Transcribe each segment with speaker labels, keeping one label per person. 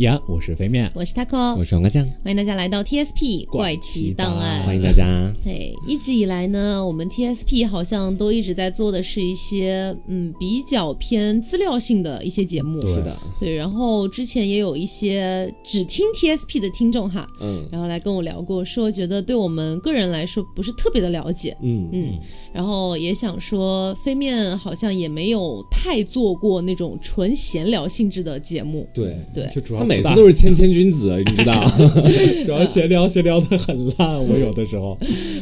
Speaker 1: 呀，我是肥面，
Speaker 2: 我是 Taco，
Speaker 3: 我是黄瓜酱，
Speaker 2: 欢迎大家来到 TSP 怪奇档案。
Speaker 3: 欢迎大家。
Speaker 2: 对，一直以来呢，我们 TSP 好像都一直在做的是一些嗯比较偏资料性的一些节目。
Speaker 1: 对
Speaker 3: 是的，
Speaker 2: 对，然后之前也有一些只听 TSP 的听众哈，
Speaker 3: 嗯
Speaker 2: 然后来跟我聊过，说觉得对我们个人来说不是特别的了解，
Speaker 3: 嗯，
Speaker 2: 嗯，然后也想说飞面好像也没有太做过那种纯闲聊性质的节目，
Speaker 3: 对，
Speaker 2: 对，
Speaker 1: 就主要
Speaker 3: 他每
Speaker 1: 不
Speaker 3: 次
Speaker 1: 大
Speaker 3: 都是谦谦君子，啊你知道？
Speaker 1: 主要闲聊闲聊的很烂，我有的时 候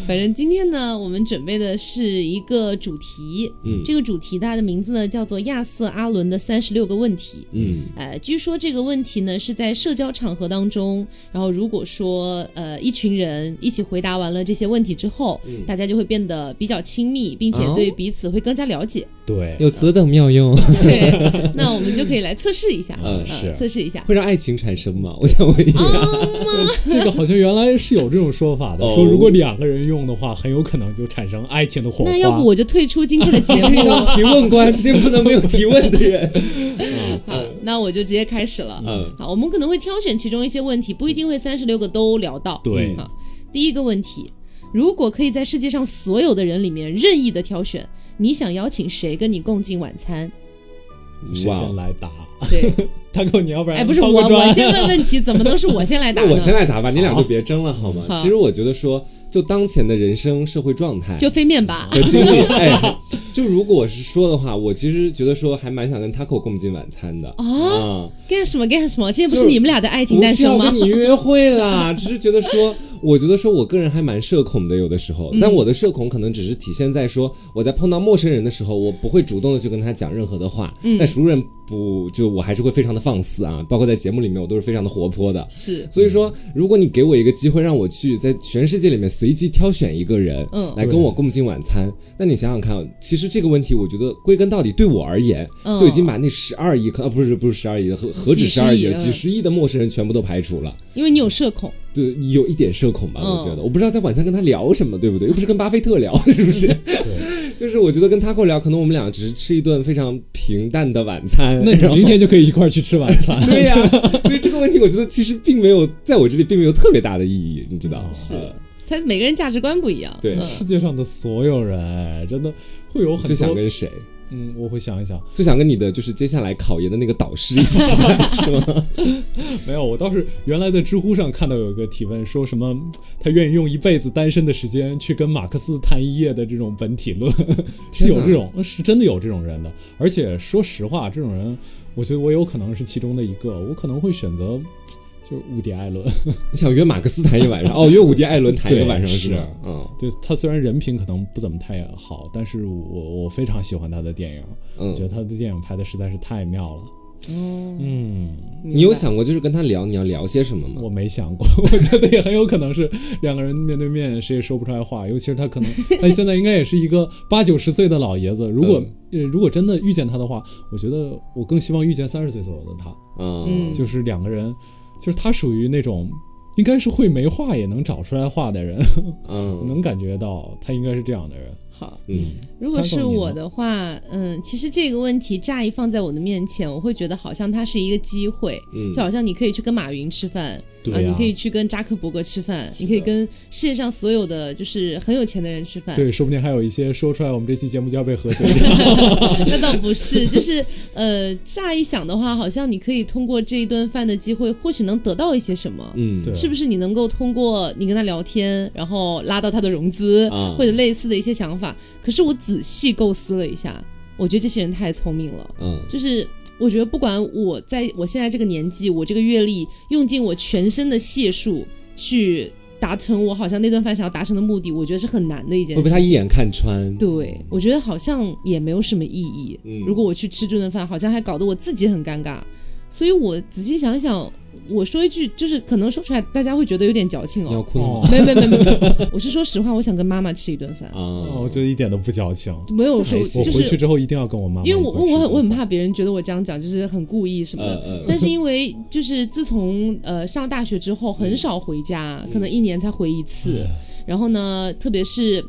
Speaker 2: 反正今天呢，我们准备的是一个主题，
Speaker 3: 嗯
Speaker 2: 这个主题它的名字呢叫做亚瑟阿伦的三十六个问题。
Speaker 3: 嗯，
Speaker 2: 呃，据说这个问题呢是在社交场合当中，然后如果说呃一群人一起回答完了这些问题之后，大家就会变得比较亲密，并且
Speaker 3: 嗯哦
Speaker 2: 对彼此会更加了 解。
Speaker 1: 对，
Speaker 3: 有此等妙用，
Speaker 2: 对，那我们就可以来测试一下，
Speaker 3: 嗯
Speaker 2: 呃
Speaker 1: 是
Speaker 2: 测试一下。
Speaker 3: 会让爱情产生吗？我想问一下。
Speaker 1: 这个好像原来是有这种说法的，
Speaker 3: 哦
Speaker 1: 说如果两个人用的话，很有可能就产生爱情的火花。
Speaker 2: 那要不我就退出今天的节
Speaker 3: 可以
Speaker 2: 目
Speaker 3: 当
Speaker 2: 了。
Speaker 3: 提问官，今天不能没有提问的人。
Speaker 2: 好，嗯那我就直接开始了。
Speaker 3: 嗯
Speaker 2: 啊好，我们可能会挑选其中一些问题，不一定会三十六个都聊到。
Speaker 1: 对
Speaker 2: 啊，第一个问题，如果可以在世界上所有的人里面任意的挑选，你想邀请谁跟你共进晚餐？
Speaker 1: 谁
Speaker 3: 哇哦
Speaker 1: 先，来答？
Speaker 2: 对，
Speaker 1: 大哥，你要不然
Speaker 2: 哎，不是我，
Speaker 1: 抛个砖
Speaker 2: 我先问问题，怎么能是我先来答
Speaker 3: 那
Speaker 2: 呢？
Speaker 3: 我先来答吧，你俩就别争了好吗？
Speaker 2: 好
Speaker 3: 其实我觉得说，就当前的人生社会状态
Speaker 2: 就飞面吧。
Speaker 3: 和经历，哎，就如果是说的话，我其实觉得说还蛮想跟 Taco 共进晚餐的
Speaker 2: 啊
Speaker 3: 啊。
Speaker 2: 干什么干什么？今天不
Speaker 3: 就是
Speaker 2: 你们俩的爱情
Speaker 3: 不
Speaker 2: 诞
Speaker 3: 是要
Speaker 2: 生吗
Speaker 3: 跟？你约会啦， 只是觉得说，我觉得说我个人还蛮社恐的，有的时候，
Speaker 2: 嗯
Speaker 3: 但我的社恐可能只是体现在说，我在碰到陌生人的时候，我不会主动的去跟他讲任何的话，
Speaker 2: 嗯
Speaker 3: 但熟人不就我还是会非常的放肆啊，包括在节目里面我都是非常的活泼的。
Speaker 2: 是，
Speaker 3: 所以说，如果你给我一个机会，让我去在全世界里面随机挑选一个人，
Speaker 2: 嗯
Speaker 3: 来跟我共进晚餐，那你想想看，其实这个问题，我觉得归根到底对我而言，
Speaker 2: 嗯
Speaker 3: 就已经把那十二亿，可啊不是不是十二亿，何何
Speaker 2: 几
Speaker 3: 止
Speaker 2: 十
Speaker 3: 十二亿
Speaker 2: 亿
Speaker 3: 了，
Speaker 2: 嗯
Speaker 3: 几十亿的陌生人全部都排除了，
Speaker 2: 因为你有社恐，
Speaker 3: 就有一点社恐吧，
Speaker 2: 嗯
Speaker 3: 我觉得，我不知道在晚餐跟他聊什么，对不对？又不是跟巴菲特聊，是不是？对， 就是我觉得跟 Taco 聊，可能我们俩只是吃一顿非常平淡的晚餐，
Speaker 1: 那你明天就可以一块儿去吃晚餐。
Speaker 3: 对 呀、所以这个问题我觉得其实并没有在我这里并没有特别大的意义，你知道？
Speaker 2: 是
Speaker 3: 呃
Speaker 2: 他每个人价值观不一样。
Speaker 3: 对
Speaker 2: 嗯
Speaker 1: 世界上的所有人真的会有
Speaker 3: 最
Speaker 1: 很
Speaker 3: 想
Speaker 1: 多，
Speaker 3: 跟谁？
Speaker 1: 嗯，我会想一想，
Speaker 3: 最想跟你的就是接下来考研的那个导师 一起吃饭，是吗？
Speaker 1: 没有，我倒是原来在知乎上看到有一个提问，说什么他愿意用一辈子单身的时间去跟马克思谈一夜的这种本体论， 是有这种，是真的有这种人的。而且说实话，这种人，我觉得我有可能是其中的一个，我可能会选择就是伍迪·艾伦。
Speaker 3: 你想约马克思谈一晚上？哦，约伍迪·艾伦谈一个晚上
Speaker 1: 对
Speaker 3: 是吧？嗯
Speaker 1: 对他虽然人品可能不怎么太好，但是我我非常喜欢他的电影，我觉得
Speaker 3: 嗯，
Speaker 1: 他的电影拍的实在是太妙了。
Speaker 2: 哦
Speaker 1: 嗯，
Speaker 3: 你有想过就是跟他聊你要聊些什么吗？
Speaker 1: 我没想过， 我觉得也很有可能是两个人面对面，谁也说不出来话。尤其是他可能，他现在应该也是一个八九十岁的老 爷子。如果、呃如果真的遇见他的话，我觉得我更希望遇见三十岁左右的他，
Speaker 3: 嗯，
Speaker 1: 就是两个人，就是他属于那种。应该是会没话也能找出来话的人，我
Speaker 3: 嗯
Speaker 1: 能感觉到他应该是这样的人。
Speaker 2: 好，
Speaker 3: 嗯，
Speaker 2: 如果是
Speaker 1: Taco，你呢
Speaker 2: 我的话，嗯，其实这个问题乍一放在我的面前，我会觉得好像它是一个机会，
Speaker 3: 嗯
Speaker 2: 就好像你可以去跟马云吃饭，
Speaker 1: 对
Speaker 2: 啊，
Speaker 1: 呀
Speaker 2: 你可以去跟扎克伯格吃饭，你可以跟世界上所有的就是很有钱的人吃饭。
Speaker 1: 对，说不定还有一些说出来，我们这期节目就要被和谐 掉。
Speaker 2: 那倒不是， 就是呃，乍一想的话，好像你可以通过这一顿饭的机会，或许能得到一些什么。
Speaker 3: 嗯，
Speaker 1: 对
Speaker 2: 是不是你能够通过你跟他聊天，然后拉到他的融资，
Speaker 3: 啊
Speaker 2: 或者类似的一些想法？可是我仔细构思了一下，我觉得这些人太聪明了。
Speaker 3: 嗯，
Speaker 2: 就是我觉得不管我在我现在这个年纪，我这个阅历，用尽我全身的解数去达成我好像那顿饭想要达成的目的，我觉得是很难的一件
Speaker 3: 会被
Speaker 2: 事
Speaker 3: 他
Speaker 2: 情。
Speaker 3: 一眼看穿。
Speaker 2: 对，我觉得好像也没有什么意义。
Speaker 3: 嗯
Speaker 2: 如果我去吃这顿饭，好像还搞得我自己很尴尬。所以我仔细想想，我说一句，就是可能说出来大家会觉得有点矫情
Speaker 3: 你要
Speaker 2: 哦。
Speaker 3: 哭了吗？
Speaker 2: 没有没有没有没有，我是说实话，我想跟妈妈吃一顿饭，
Speaker 1: 哦
Speaker 3: 啊
Speaker 1: 我，觉得一点都不矫情。
Speaker 2: 没有说
Speaker 3: 还
Speaker 1: 我
Speaker 2: 就
Speaker 1: 回去
Speaker 2: 是
Speaker 1: 之后一定要跟我妈妈一
Speaker 2: 因为
Speaker 1: 块吃
Speaker 2: 我
Speaker 1: 顿饭。嗯
Speaker 2: 我我很我很怕别人觉得我这样讲就是很故意什么的。
Speaker 3: 呃呃，
Speaker 2: 但是因为就是自从呃上了大学之后，很少回家，
Speaker 3: 嗯
Speaker 2: 可能一年才回一次。然后呢，特别是。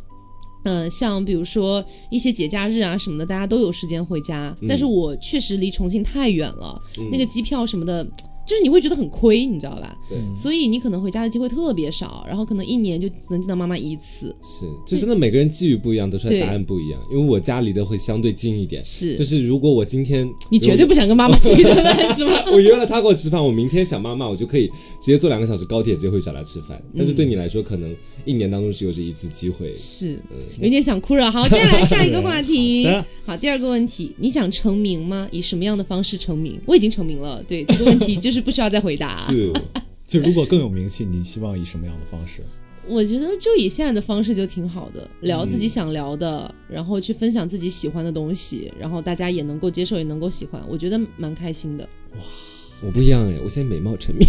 Speaker 2: 呃，像比如说一些节假日啊什么
Speaker 3: 嗯
Speaker 2: 的，大家都有时间回家，但是我确实离重庆太远了，那个机票什么的，就是你会觉得很亏，你知道吧？
Speaker 3: 对，
Speaker 2: 所以你可能回家的机会特别少，然后可能一年就能见到妈妈一次。
Speaker 3: 嗯是，就真的每个人际遇不一样，得出来答案不一样。因为我家离得会相对近一点，
Speaker 2: 是
Speaker 3: 就是如果我今天
Speaker 2: 你绝对不想跟妈妈去 的，是吗？
Speaker 3: 我约了他给我吃饭，我明天想妈妈，我就可以直接坐两个小时高铁直接回去找他吃饭。但是对你来说，可能一年当中只有这一次机会。
Speaker 2: 嗯是，有点想哭了。好，接下来下一个话题
Speaker 1: 好的。
Speaker 2: 好，第二个问题，你想成名吗？以什么样的方式成名？我已经成名了，对这个问题就是不需要再回答。
Speaker 3: 是，
Speaker 1: 就如果更有名气，你希望以什么样的方式？
Speaker 2: 我觉得就以现在的方式就挺好的，聊自己想聊的，然后去分享自己喜欢的东西，然后大家也能够接受，也能够喜欢，我觉得蛮开心的。
Speaker 3: 我不一样哎，我现在美貌 成名，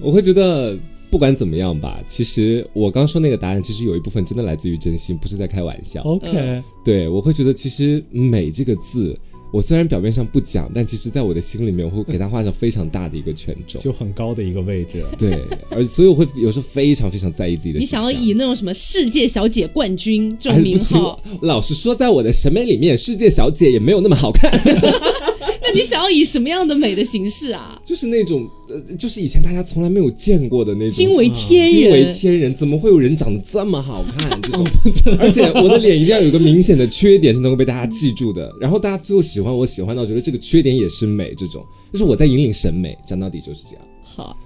Speaker 3: 我会觉得。不管怎么样吧，其实我刚说那个答案，其实有一部分真的来自于真心，不是在开玩笑。
Speaker 2: 哦
Speaker 1: OK，
Speaker 3: 对，我会觉得其实“美”这个字，我虽然表面上不讲，但其实在我的心里面，我会给它画上非常大的一个权重。
Speaker 1: 就很高的一个位置。
Speaker 3: 对，而所以我会有时候非常非常在意自己的
Speaker 2: 你
Speaker 3: 形
Speaker 2: 想
Speaker 3: 象。
Speaker 2: 要以那种什么世界小姐冠军这
Speaker 3: 哎
Speaker 2: 种
Speaker 3: 不
Speaker 2: 名
Speaker 3: 行
Speaker 2: 号，
Speaker 3: 我老实说，在我的审美里面，世界小姐也没有那么好看，
Speaker 2: 那你想要以什么样的美的形式啊？
Speaker 3: 就是那种，呃，就是以前大家从来没有见过的那种啊
Speaker 2: 惊为天人，
Speaker 3: 惊为天人，怎么会有人长得这么好 看？这种，而且我的脸一定要有一个明显的缺点是能够被大家记住的，然后大家最后喜欢我，喜欢到觉得这个缺点也是美，这种，就是我在引领审美，讲到底就是这样。
Speaker 2: 好，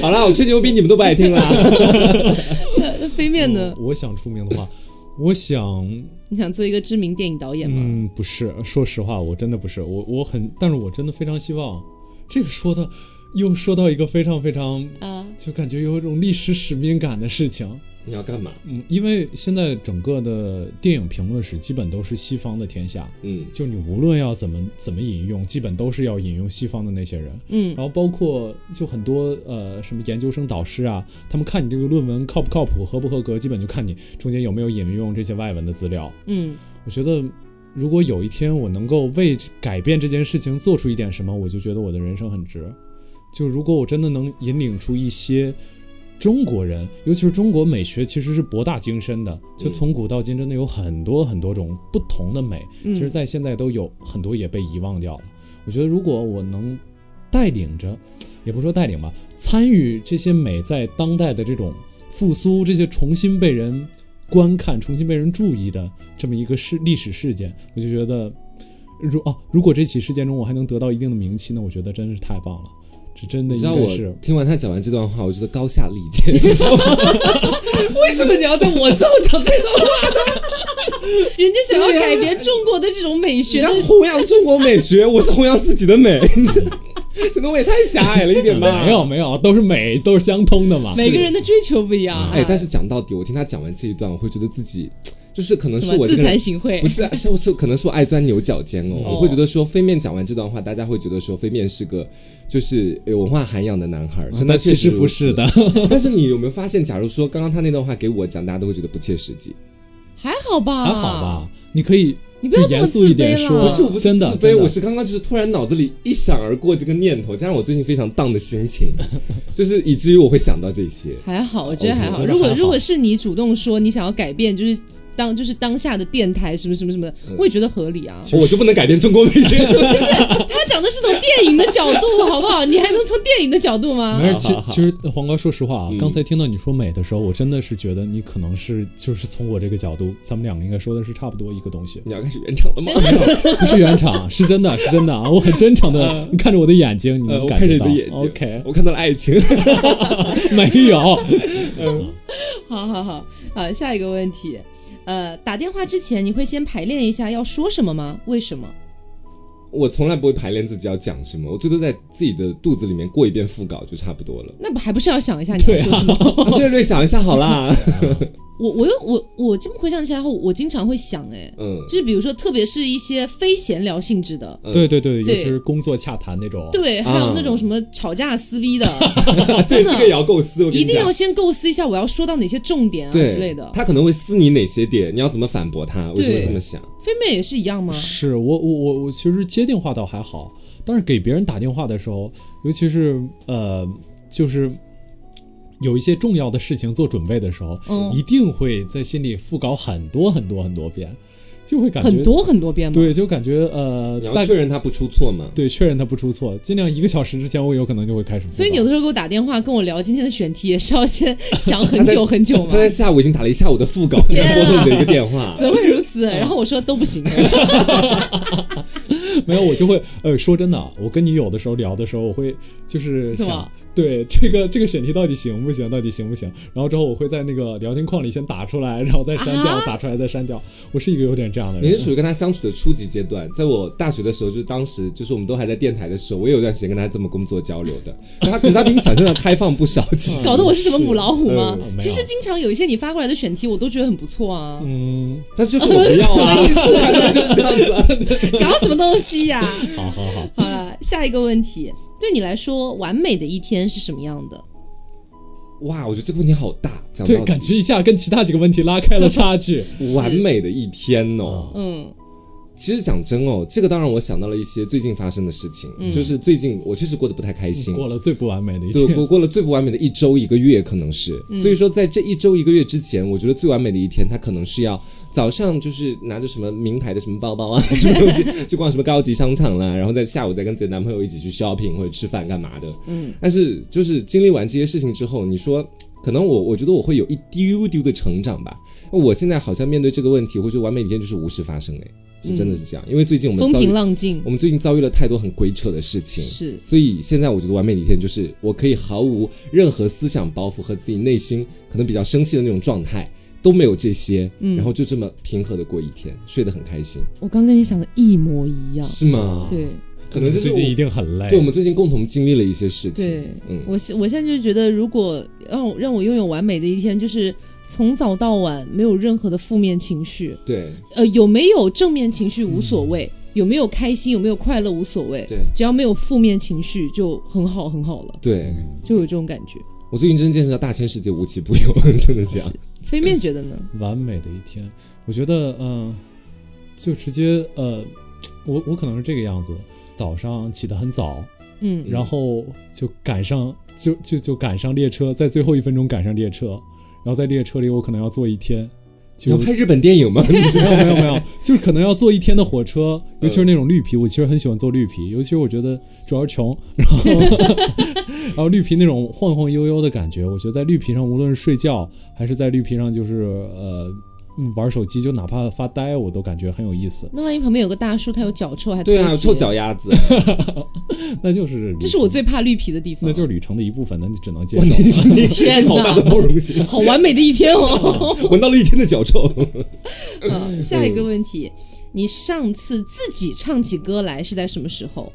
Speaker 3: 好啦，我吹牛逼你们都不爱听啦。
Speaker 2: 那那飞面呢？
Speaker 1: 我想出名的话， 我想
Speaker 2: 你想做一个知名电影导演吗？
Speaker 1: 嗯，不是，说实话，我真的不是，我我很，但是我真的非常希望，这个说的又说到一个非常非常，
Speaker 2: 啊，
Speaker 1: 就感觉有一种历史使命感的事情。
Speaker 3: 你要干嘛？
Speaker 1: 嗯，因为现在整个的电影评论史基本都是西方的天下，
Speaker 3: 嗯，
Speaker 1: 就你无论要怎么怎么引用，基本都是要引用西方的那些人。
Speaker 2: 嗯
Speaker 1: 然后包括就很多呃什么研究生导师啊，他们看你这个论文靠不靠谱、合不合格，基本就看你中间有没有引用这些外文的资料。
Speaker 2: 嗯，
Speaker 1: 我觉得，如果有一天我能够为改变这件事情做出一点什么，我就觉得我的人生很值。就如果我真的能引领出一些中国人，尤其是中国美学其实是博大精深的，就从古到今真的有很多很多种不同的美，
Speaker 2: 嗯
Speaker 1: 其实在现在都有很多也被遗忘掉了。我觉得如果我能带领着，也不说带领吧，参与这些美在当代的这种复苏，这些重新被人观看、重新被人注意的这么一个事历史事件，我就觉得，如哦，如果这起事件中我还能得到一定的名气，那我觉得真是太棒了。这真的
Speaker 3: 你
Speaker 1: 应
Speaker 3: 知道
Speaker 1: 该
Speaker 3: 我
Speaker 1: 是
Speaker 3: 听完他讲完这段话，我觉得高下立 见，你知道吗？为什么你要在我这么讲这段话？
Speaker 2: 人家想要改变中国的这种美
Speaker 3: 你
Speaker 2: 学
Speaker 3: 要
Speaker 2: 的
Speaker 3: 弘扬中国美学，我是弘扬自己 的美，显得我也太狭隘了一点吧？
Speaker 1: 没有。没有，都是美，都是相通的嘛。
Speaker 2: 每个人的追求不一样啊。
Speaker 3: 哎，但是讲到底，我听他讲完这一段，我会觉得自己就是可能
Speaker 2: 什
Speaker 3: 是
Speaker 2: 么
Speaker 3: 我这
Speaker 2: 自
Speaker 3: 个
Speaker 2: 惭
Speaker 3: 人。
Speaker 2: 形秽
Speaker 3: 不？是啊，是我是可能是我爱钻牛角尖哦，
Speaker 2: 哦
Speaker 3: 我会觉得说飞面讲完这段话，大家会觉得说飞面是个就是呃有文化涵养的男孩儿，
Speaker 1: 啊那
Speaker 3: 那
Speaker 1: 其实不是的。
Speaker 3: 但是你有没有发现，假如说刚刚他那段话给我讲，大家都会觉得不切实际？
Speaker 2: 还好吧，
Speaker 1: 还好。吧，你可以
Speaker 2: 嗯你不
Speaker 1: 就
Speaker 2: 要这么
Speaker 1: 严肃一点
Speaker 2: 自卑
Speaker 1: 说，
Speaker 2: 了
Speaker 3: 不是，我不是
Speaker 1: 真的
Speaker 3: 自卑，我
Speaker 1: 是
Speaker 3: 是刚刚就是突然脑子里一闪而过这个念头，加上我最近非常荡的 心情，就是以至于我会想到这些。
Speaker 2: 还好，我觉得还好。
Speaker 1: OK，
Speaker 2: 如
Speaker 1: 还
Speaker 2: 果
Speaker 1: 好
Speaker 2: 如果是你主动说你想要改变，就是当就是当下的电台什么什么什么的，我也觉得合理啊。
Speaker 3: 我就不能改变中国美 学，是不是？
Speaker 2: 他讲的是从电影的角度，好不好？你还能从电影的角度吗？
Speaker 1: 没事，其
Speaker 3: 好好
Speaker 1: 其实黄瓜，说实话啊，
Speaker 3: 嗯，
Speaker 1: 刚才听到你说美的时候，我真的是觉得你可能是就是从我这个角度，咱们两个应该说的是差不多一个东西
Speaker 3: 你要开始原厂 了吗？
Speaker 1: 不是圆场，是真的，是真的 啊！我很真诚的，你看着我的眼睛，你
Speaker 3: 嗯呃，
Speaker 1: 能
Speaker 3: 我
Speaker 1: 感
Speaker 3: 看着
Speaker 1: 觉
Speaker 3: 你
Speaker 1: 到
Speaker 3: 的眼睛
Speaker 1: OK，
Speaker 3: 我看到了爱情。
Speaker 1: 没有，
Speaker 2: 好好好，好，下一个问题，呃，打电话之前你会先排练一下要说什么吗？为什么？。
Speaker 3: 我从来不会排练自己要讲什么，我最多在自己的肚子里面过一遍副稿就差不多了
Speaker 2: 那不还不是要想一下你要说什么？
Speaker 3: 啊略略想一下 好啦，
Speaker 2: 我我又我我这么回想起来后，我经常会想，哎，
Speaker 3: 嗯，
Speaker 2: 就是比如说，特别是一些非闲聊性质的。
Speaker 3: 嗯
Speaker 1: 对对对，尤
Speaker 2: 对
Speaker 1: 其是工作洽谈那种，
Speaker 2: 对，还有那种什么吵架撕逼的，真
Speaker 3: 对这个也
Speaker 2: 的
Speaker 3: 要构思，我跟
Speaker 2: 一
Speaker 3: 你
Speaker 2: 定
Speaker 3: 讲
Speaker 2: 要先构思一下我要说到哪些重点啊
Speaker 3: 对
Speaker 2: 之类的。
Speaker 3: 他可能会撕你哪些点，你要怎么反驳他？为什么
Speaker 2: 对
Speaker 3: 这么想？
Speaker 2: 飞妹也是一样吗？
Speaker 1: 是我我我我其实接电话倒还好，但是给别人打电话的时候，尤其是呃，就是有一些重要的事情做准备的时候，
Speaker 2: 嗯
Speaker 1: 一定会在心里复稿很多很多很多遍。就会感觉
Speaker 2: 很多很多遍吗？
Speaker 1: 对，就感觉呃，
Speaker 3: 你要
Speaker 1: 大
Speaker 3: 确认他不出错嘛？
Speaker 1: 对确认他不出错，尽量一个小时之前我有可能就会开始播放。
Speaker 2: 所以你有的时候给我打电话跟我聊今天的选题，也是要 先想很久很久吗
Speaker 3: 他？在下午已经打了一下午的副稿，然后你的一个电话。
Speaker 2: 怎么会如此？
Speaker 3: 嗯
Speaker 2: 然后我说都不 行，
Speaker 1: 没有，我就会呃，说真的啊，我跟你有的时候聊的时候，我会就是
Speaker 2: 是
Speaker 1: 想
Speaker 2: 吗，
Speaker 1: 对这个这个选题到底行不行，到底行不行？然后之后我会在那个聊天框里先打出来，然后再删掉，
Speaker 2: 啊
Speaker 1: 打出来再删掉。我是一个有点这样的
Speaker 3: 你
Speaker 1: 人啊
Speaker 3: 是。属于跟他相处的初级阶段，在我大学的时候，就是当时就是我们都还在电台的时候，我也有一段时间跟他这么工作交流的。然后他可是他比你想象的开放不少，其实
Speaker 2: 搞得我是什么母老虎吗
Speaker 1: 是
Speaker 3: 嗯
Speaker 1: 呃没？有
Speaker 2: 其实经常有一些你发过来的选题，我都觉得很不错啊，
Speaker 1: 嗯，
Speaker 3: 但是就是我不要啊，就是这样子啊。
Speaker 2: 搞什么东西 呀？
Speaker 1: 好好好，
Speaker 2: 好了，下一个问题，对你来说，完美的一天是什么样的？
Speaker 3: 哇，我觉得这个问题好大，讲
Speaker 1: 对
Speaker 3: 到，
Speaker 1: 感觉一下跟其他几个问题拉开了差 距。
Speaker 3: 完美的一天哦
Speaker 1: 啊。
Speaker 2: 嗯
Speaker 3: 其实讲真哦，这个当然我想到了一些最近发生的事情，就是最近我确实过得不太开心。
Speaker 1: 过了最不完美 的一
Speaker 3: 对，
Speaker 1: 天，
Speaker 3: 我过了最不完美的一周一个月，可能是，
Speaker 2: 嗯
Speaker 3: 所以说在这一周一个月之前，我觉得最完美的一天，它可能是要早上就是拿着什么名牌的什么包包啊，什么东西 去逛什么高级商场啦，然后在下午再跟自己的男朋友一起去 shopping 或者吃饭干嘛的。嗯，但是就是经历完这些事情之后，你说可能我我觉得我会有一丢丢的成长吧。我现在好像面对这个问题，我觉得完美的一天就是无事发生哎，是真的是这样，因为最近我们
Speaker 2: 风
Speaker 3: 遭遇
Speaker 2: 平浪静
Speaker 3: 我们最近遭遇了太多很鬼扯的事情，
Speaker 2: 是
Speaker 3: 所以现在我觉得完美的一天就是我可以毫无任何思想包袱和自己内心可能比较生气的那种状态都没有这些，然后就这么平和的过一天，睡得很开心，
Speaker 2: 我刚跟你想的一模一样，
Speaker 3: 是吗？，
Speaker 2: 对。
Speaker 3: 可能就是
Speaker 1: 最
Speaker 3: 我
Speaker 1: 近一定很累。
Speaker 3: 对我们最近共同经历了一些事情，
Speaker 2: 对，
Speaker 3: 嗯，
Speaker 2: 我现我现在就是觉得，如果让我让我拥有完美的一天，就是从早到晚没有任何的负面情绪，
Speaker 3: 对
Speaker 2: 呃，有没有正面情绪无所谓，有没有开心，有没有快乐无所谓，
Speaker 3: 嗯对
Speaker 2: 只要没有负面情绪就很好很好了，
Speaker 3: 对，
Speaker 2: 就有这种感觉。
Speaker 3: 我最近真的见识到大千世界无奇不有， 真的这样，
Speaker 2: 飞面觉得呢？
Speaker 1: 完美的一天，我觉得，嗯、就直接，呃，我我可能是这个样子，早上起得很早，
Speaker 2: 嗯，
Speaker 1: 然后就赶上，就就就赶上列车，在最后一分钟赶上列车，然后在列车里我可能要坐一天，
Speaker 3: 你要
Speaker 1: 就
Speaker 3: 拍日本电影吗？
Speaker 1: 没有没有没 有，就是可能要坐一天的火车，
Speaker 2: 嗯
Speaker 1: 尤其是那种绿皮，我其实很喜欢坐绿皮，尤其是我觉得主要是穷， 然后然后绿皮那种晃晃悠悠的感觉，我觉得在绿皮上无论是睡觉还是在绿皮上就是呃嗯玩手机，就哪怕发呆，我都感觉很有意思。
Speaker 2: 那万一旁边有个大叔，他有脚臭还
Speaker 3: 对啊，
Speaker 2: 拖鞋
Speaker 3: 臭脚，丫子，
Speaker 1: 那就是旅
Speaker 2: 这是我
Speaker 1: 程
Speaker 2: 最怕绿皮的地方。
Speaker 1: 那就是旅程的一部分，那你只能接
Speaker 3: 哇
Speaker 1: 受。
Speaker 3: 你你
Speaker 2: 天哪
Speaker 3: 好大的包容性，
Speaker 2: 好完美的一天 哦。
Speaker 3: 闻到了一天的脚臭。嗯
Speaker 2: 啊，下一个问题，你上次自己唱起歌来是在什么时候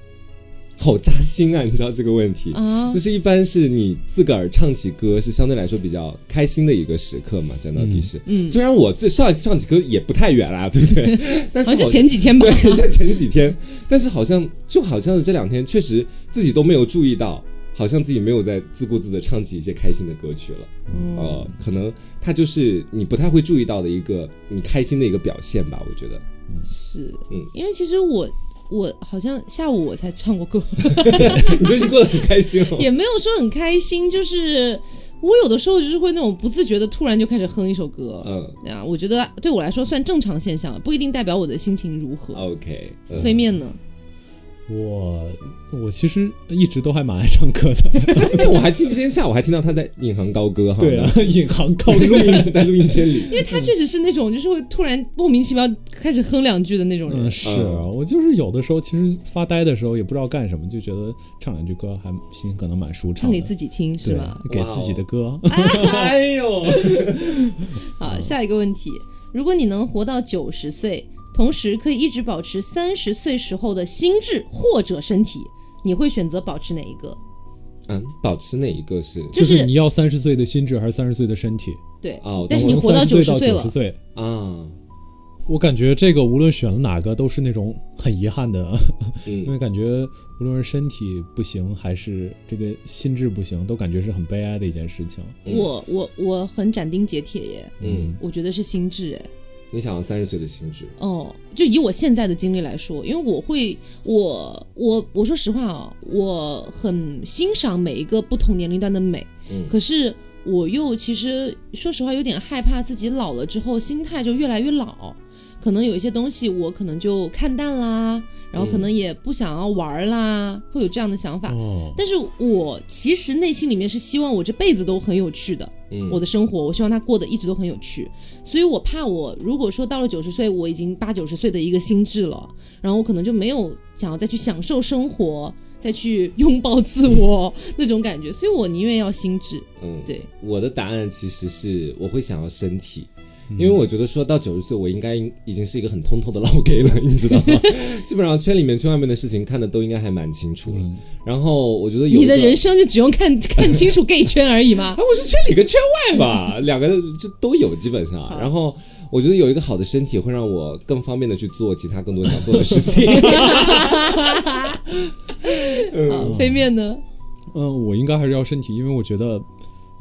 Speaker 3: 好扎心啊！你知道这个问题，
Speaker 2: 啊
Speaker 3: 就？是一般是你自个儿唱起歌是相对来说比较开心的一个时刻嘛，讲到底是，
Speaker 2: 嗯嗯
Speaker 3: 虽然我最上一次唱起歌也不太远啦，对不对？但是
Speaker 2: 好像就
Speaker 3: 好
Speaker 2: 前几天吧。
Speaker 3: 对，就前几天，但是 好像就好像是这两天确实自己都没有注意到。好像自己没有在自顾自的唱起一些开心的歌曲了，
Speaker 2: 嗯，
Speaker 3: 呃，可能它就是你不太会注意到的一个你开心的一个表现吧，我觉得。
Speaker 2: 是
Speaker 3: 嗯，
Speaker 2: 因为其实我我好像下午我才唱过 歌，
Speaker 3: 你最近过得很开心哦，
Speaker 2: 也没有说很开心，就是我有的时候就是会那种不自觉的突然就开始哼一首歌。
Speaker 3: 嗯
Speaker 2: 对啊，我觉得对我来说算正常现象，不一定代表我的心情如何。
Speaker 3: ，OK，嗯
Speaker 2: 飞面呢？
Speaker 1: 我我其实一直都还蛮爱唱歌的，
Speaker 3: 他今天哎我还今天下午还听到他在引吭高歌 哈，
Speaker 1: 对啊，引吭高
Speaker 3: 在录
Speaker 1: 歌。
Speaker 3: 音在录音间里，
Speaker 2: 因 为他
Speaker 1: 嗯
Speaker 2: 确实是那种就是会突然莫名其妙开始哼两句的那种人
Speaker 1: 嗯，。是啊，我就是有的时候其实发呆的时候也不知道干什么，就觉得唱两句歌还心可能蛮舒畅
Speaker 2: 唱
Speaker 1: 的，
Speaker 2: 给自己听是哦
Speaker 1: 对
Speaker 2: 吧？
Speaker 1: 就给自己的歌，
Speaker 2: 啊
Speaker 3: 哎呦，
Speaker 2: 好，
Speaker 1: 嗯
Speaker 2: 下一个问题，如果你能活到九十岁，同时可以一直保持三十岁时候的心智或者身体，你会选择保持哪一个？
Speaker 3: 嗯，保持哪一个是
Speaker 2: 就
Speaker 1: 就是你要三十岁的心智还是三十岁的身体？
Speaker 2: 对，
Speaker 3: 哦
Speaker 2: 但是
Speaker 3: 我
Speaker 2: 你
Speaker 1: 从
Speaker 2: 活到
Speaker 1: 30
Speaker 2: 90
Speaker 1: 岁
Speaker 2: 岁
Speaker 1: 九
Speaker 2: 了
Speaker 1: 十岁，
Speaker 3: 啊？
Speaker 1: 我感觉这个无论选了哪个都是那种很遗憾的， 因
Speaker 3: 嗯，
Speaker 1: 为感觉无论是身体不行还是这个心智不行，都感觉是很悲哀的一件事情。
Speaker 3: 嗯
Speaker 2: 我我我很斩钉截铁耶，
Speaker 3: 嗯，
Speaker 2: 我觉得是心智耶。
Speaker 3: 你想要三十岁的心智，
Speaker 2: 哦，就以我现在的经历来说，因为我会，我我我说实话啊、我很欣赏每一个不同年龄段的美，
Speaker 3: 嗯
Speaker 2: 可是我又其实说实话有点害怕自己老了之后心态就越来越老。可能有一些东西我可能就看淡啦，然后可能也不想要玩啦，会有这样的想法。
Speaker 1: 哦，
Speaker 2: 但是我其实内心里面是希望我这辈子都很有趣的，
Speaker 3: 嗯
Speaker 2: 我的生活，我希望它过得一直都很有趣。所以我怕我如果说到了九十岁，我已经八九十岁的一个心智了，然后我可能就没有想要再去享受生活，再去拥抱自 我那种感觉。所以我宁愿要心智。
Speaker 3: 嗯，
Speaker 2: 对，
Speaker 3: 我的答案其实是我会想要身体。因为我觉得说到九十岁，我应该已经是一个很通透的老 gay 了，你知道 吗？基本上圈里面、圈外面的事情看的都应该还蛮清楚了。然后我觉得有一
Speaker 2: 你的
Speaker 3: 个
Speaker 2: 人生就只用 看看清楚 gay 圈而已吗
Speaker 3: 啊，？我是圈里跟圈外 吧，两个就都有基本上。然后我觉得有一个好的身体会让我更方便的去做其他更多想做的事情。
Speaker 2: 啊，飞面呢？
Speaker 1: 嗯、我应该还是要身体，因为我觉得，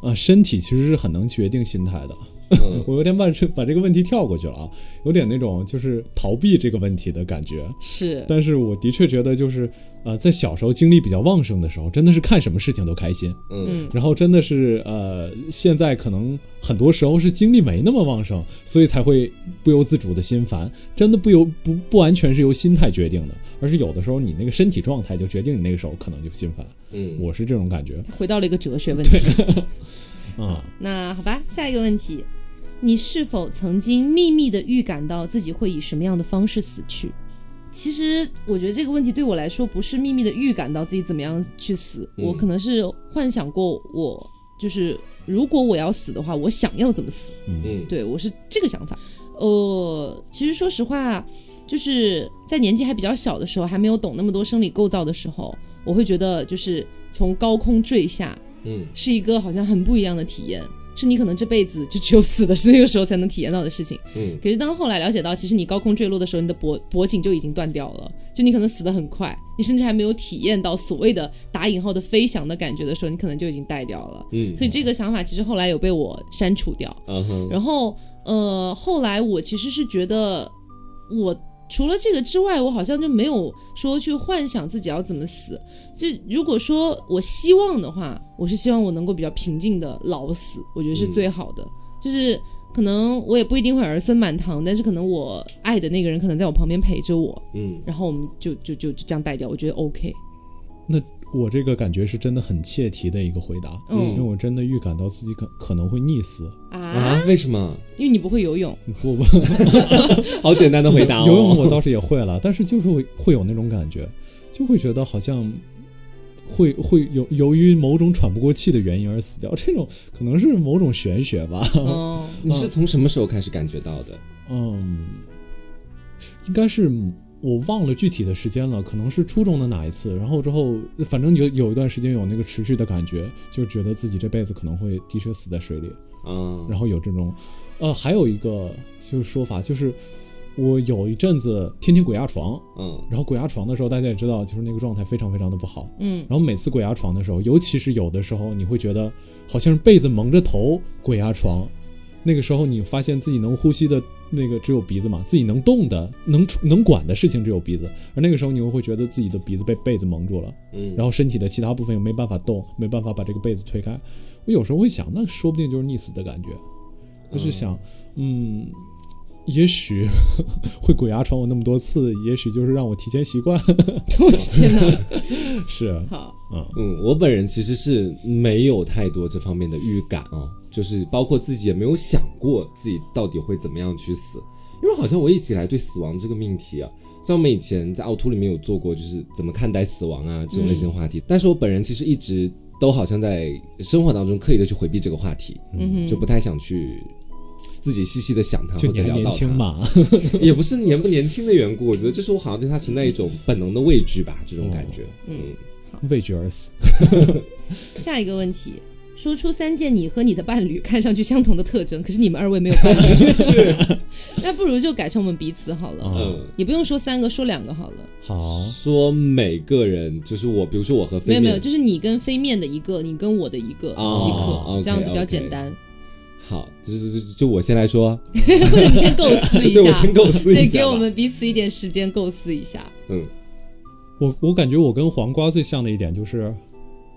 Speaker 1: 呃，身体其实是很能决定心态的。
Speaker 3: 嗯
Speaker 1: 我有点把这把这个问题跳过去了啊，有点那种就是逃避这个问题的感觉。
Speaker 2: 是
Speaker 1: 但是我的确觉得，就是呃，在小时候精力比较旺盛的时候，真的是看什么事情都开心。
Speaker 3: 嗯
Speaker 1: 然后真的是呃，现在可能很多时候是精力没那么旺盛，所以才会不由自主的心烦。真的不由不不完全是由心态决定的，而是有的时候你那个身体状态就决定你那个时候可能就心烦。
Speaker 3: 嗯，
Speaker 1: 我是这种感觉
Speaker 2: 回到了一个哲学问题。
Speaker 1: 啊、
Speaker 2: 那好吧，下一个问题，你是否曾经秘密的预感到自己会以什么样的方式死去？其实我觉得这个问题对我来说不是秘密的预感到自己怎么样去死，
Speaker 3: 嗯
Speaker 2: 我可能是幻想过我就是如果我要死的话，我想要怎么死。
Speaker 3: 嗯
Speaker 2: 对我是这个想法。呃，其实说实话，就是在年纪还比较小的时候，还没有懂那么多生理构造的时候，我会觉得就是从高空坠下，
Speaker 3: 嗯
Speaker 2: 是一个好像很不一样的体验，是你可能这辈子就只有死的是那个时候才能体验到的事情。
Speaker 3: 嗯
Speaker 2: 可是当后来了解到，其实你高空坠落的时候，你的脖脖颈就已经断掉了，就你可能死得很快，你甚至还没有体验到所谓的打引号的飞翔的感觉的时候，你可能就已经带掉了。
Speaker 3: 嗯
Speaker 2: 所以这个想法其实后来有被我删除掉。
Speaker 3: 嗯哼，
Speaker 2: 然后呃，后来我其实是觉得我。除了这个之外，我好像就没有说去幻想自己要怎么死。就如果说我希望的话，我是希望我能够比较平静的老死，我觉得是
Speaker 3: 嗯
Speaker 2: 最好的。就是可能我也不一定会儿孙满堂，但是可能我爱的那个人可能在我旁边陪着我，
Speaker 3: 嗯
Speaker 2: 然后我们就就就就这样带掉，我觉得 OK。
Speaker 1: 那我这个感觉是真的很切题的一个回答，因为
Speaker 2: 嗯
Speaker 1: 我真的预感到自己可可能会溺死。
Speaker 2: 啊，
Speaker 3: 啊，为什么？
Speaker 2: 因为你不会游 泳，
Speaker 1: 不不，
Speaker 3: 好简 单的回答哦。
Speaker 1: 游泳我倒是也会了，但是就是会会有那种感觉，就会觉得好像会会有由于某种喘不过气的原因而死掉，这种可能是某种玄学吧。
Speaker 2: 嗯，
Speaker 3: 你是从什么时候开始感觉到的？
Speaker 1: 嗯，应该是我忘了具体的时间了，可能是初中的哪一次。然后之后，反正有有一段时间有那个持续的感觉，就觉得自己这辈子可能会的确死在水里。
Speaker 3: 啊，
Speaker 1: 然后有这种，呃，还有一个就是说法就是。我有一阵子天天鬼压床，
Speaker 3: 嗯
Speaker 1: 然后鬼压床的时候，大家也知道，就是那个状态非常非常的不好。
Speaker 2: 嗯，
Speaker 1: 然后每次鬼压床的时候，尤其是有的时候，你会觉得好像是被子蒙着头鬼压床，那个时候你发现自己能呼吸的那个只有鼻子嘛，自己能动的、能出能管的事情只有鼻子，而那个时候你又会觉得自己的鼻子被被子蒙住了，
Speaker 3: 嗯，
Speaker 1: 然后身体的其他部分又没办法动，没办法把这个被子推开。我有时候会想，那说不定就是溺死的感觉。我就想，嗯，也许 会鬼压床我那么多次，也许就是让我提前习惯。
Speaker 2: 我的天哪，
Speaker 1: 是，
Speaker 2: 好，
Speaker 1: 嗯，
Speaker 3: 嗯，我本人其实是没有太多这方面的预感啊，就是包括自己也没有想过自己到底会怎么样去死，因为好像我一直以来对死亡这个命题啊，像我们以前在凹凸里面有做过，就是怎么看待死亡啊这种类型的话题，但是我本人其实一直都好像在生活当中刻意的去回避这个话题，
Speaker 2: 嗯哼，
Speaker 3: 就不太想去。自己细细的想它
Speaker 1: 就
Speaker 3: 或
Speaker 1: 你
Speaker 3: 者
Speaker 1: 还
Speaker 3: 聊
Speaker 1: 年
Speaker 3: 到
Speaker 1: 轻
Speaker 3: 它，
Speaker 1: 嘛，
Speaker 3: 也不是年不年轻的缘故，我觉得这是我好像对它存在一种本能的畏惧吧，这种
Speaker 1: 哦
Speaker 3: 感觉。嗯
Speaker 1: 畏惧而死。
Speaker 2: 下一个问题，说出三件你和你的伴侣看上去相同的特征，可是你们二位没有伴侣，是， 那不如就改成我们彼此好了，
Speaker 1: 啊
Speaker 3: 嗯，
Speaker 2: 也不用说三个，说两个好了，
Speaker 1: 好，
Speaker 3: 说每个人，就是我，比如说我和
Speaker 2: 没
Speaker 3: 飞
Speaker 2: 有
Speaker 3: 面，
Speaker 2: 没有，就是你跟飞面的一个，你跟我的一个即可，
Speaker 3: 哦
Speaker 2: 这样子
Speaker 3: OK，
Speaker 2: 比较
Speaker 3: OK
Speaker 2: 简单，
Speaker 3: 好，就就就就我先来说，
Speaker 2: 或者你先构思一
Speaker 3: 对我
Speaker 2: 下
Speaker 3: 先，构思一
Speaker 2: 对，
Speaker 3: 下，
Speaker 2: 给我，们彼此一点时间构思一下，
Speaker 3: 嗯
Speaker 1: 我我感觉我跟黄瓜最像的一点就是，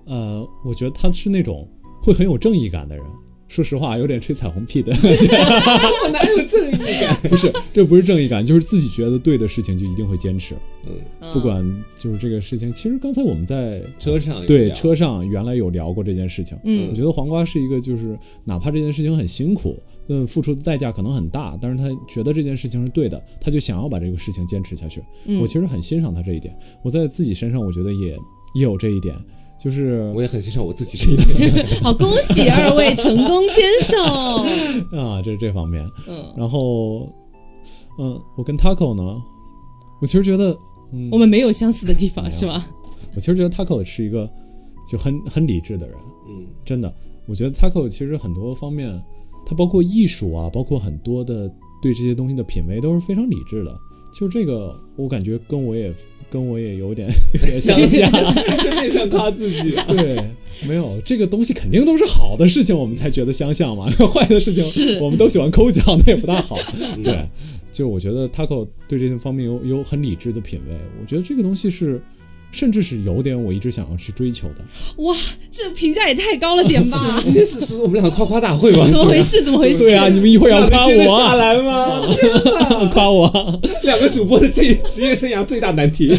Speaker 1: 呃，我觉得他是那种会很有正义感的人。说实话有点吹彩虹 屁的，
Speaker 3: 我哪有正义感？
Speaker 1: 不是，这不是正义感，就是自己觉得对的事情就一定会坚持，
Speaker 2: 嗯
Speaker 1: 不管就是这个事情。其实刚才我们在
Speaker 3: 车上有
Speaker 1: 对
Speaker 3: 聊
Speaker 1: 车上原来有聊过这件事情，
Speaker 2: 嗯
Speaker 1: 我觉得黄瓜是一个就是哪怕这件事情很辛苦，嗯，付出的代价可能很大，但是他觉得这件事情是对的，他就想要把这个事情坚持下去。
Speaker 2: 嗯
Speaker 1: 我其实很欣赏他这一点，我在自己身上我觉得也也有这一点，就是
Speaker 3: 我也很欣赏我自己这 一点。
Speaker 2: 好，恭喜二位成功牵手。
Speaker 1: 啊，这是这方面。
Speaker 2: 嗯，
Speaker 1: 然后，嗯，我跟 Taco 呢，我其实觉得，嗯，
Speaker 2: 我们没有相似的地方
Speaker 1: 没有
Speaker 2: 是吧？
Speaker 1: 我其实觉得 Taco 是一个就很很理智的人，
Speaker 3: 嗯，
Speaker 1: 真的。我觉得 Taco 其实很多方面，他包括艺术啊，包括很多的对这些东西的品味都是非常理智的。就这个，我感觉跟我也跟我也有点 有点相 像。
Speaker 3: 真的想夸自己。
Speaker 1: 对，没有这个东西肯定都是好的事情，我们才觉得相像嘛。坏的事情，
Speaker 2: 是
Speaker 1: 我们都喜欢抠脚，那也不大 好。对，就我觉得 Taco 对这些方面有有很理智的品味，我觉得这个东西是，甚至是有点我一直想要去追求 的。
Speaker 2: 哇，这评价也太高了点吧？
Speaker 3: 今天是是我们俩的夸夸大会吧？
Speaker 2: 怎么回事？怎么回事？
Speaker 1: 对啊，你们一会儿要夸
Speaker 3: 接得
Speaker 1: 我
Speaker 3: 下
Speaker 1: 啊，
Speaker 3: 来吗？
Speaker 1: 夸我啊，
Speaker 3: 两个主播的这职业生涯最大难题。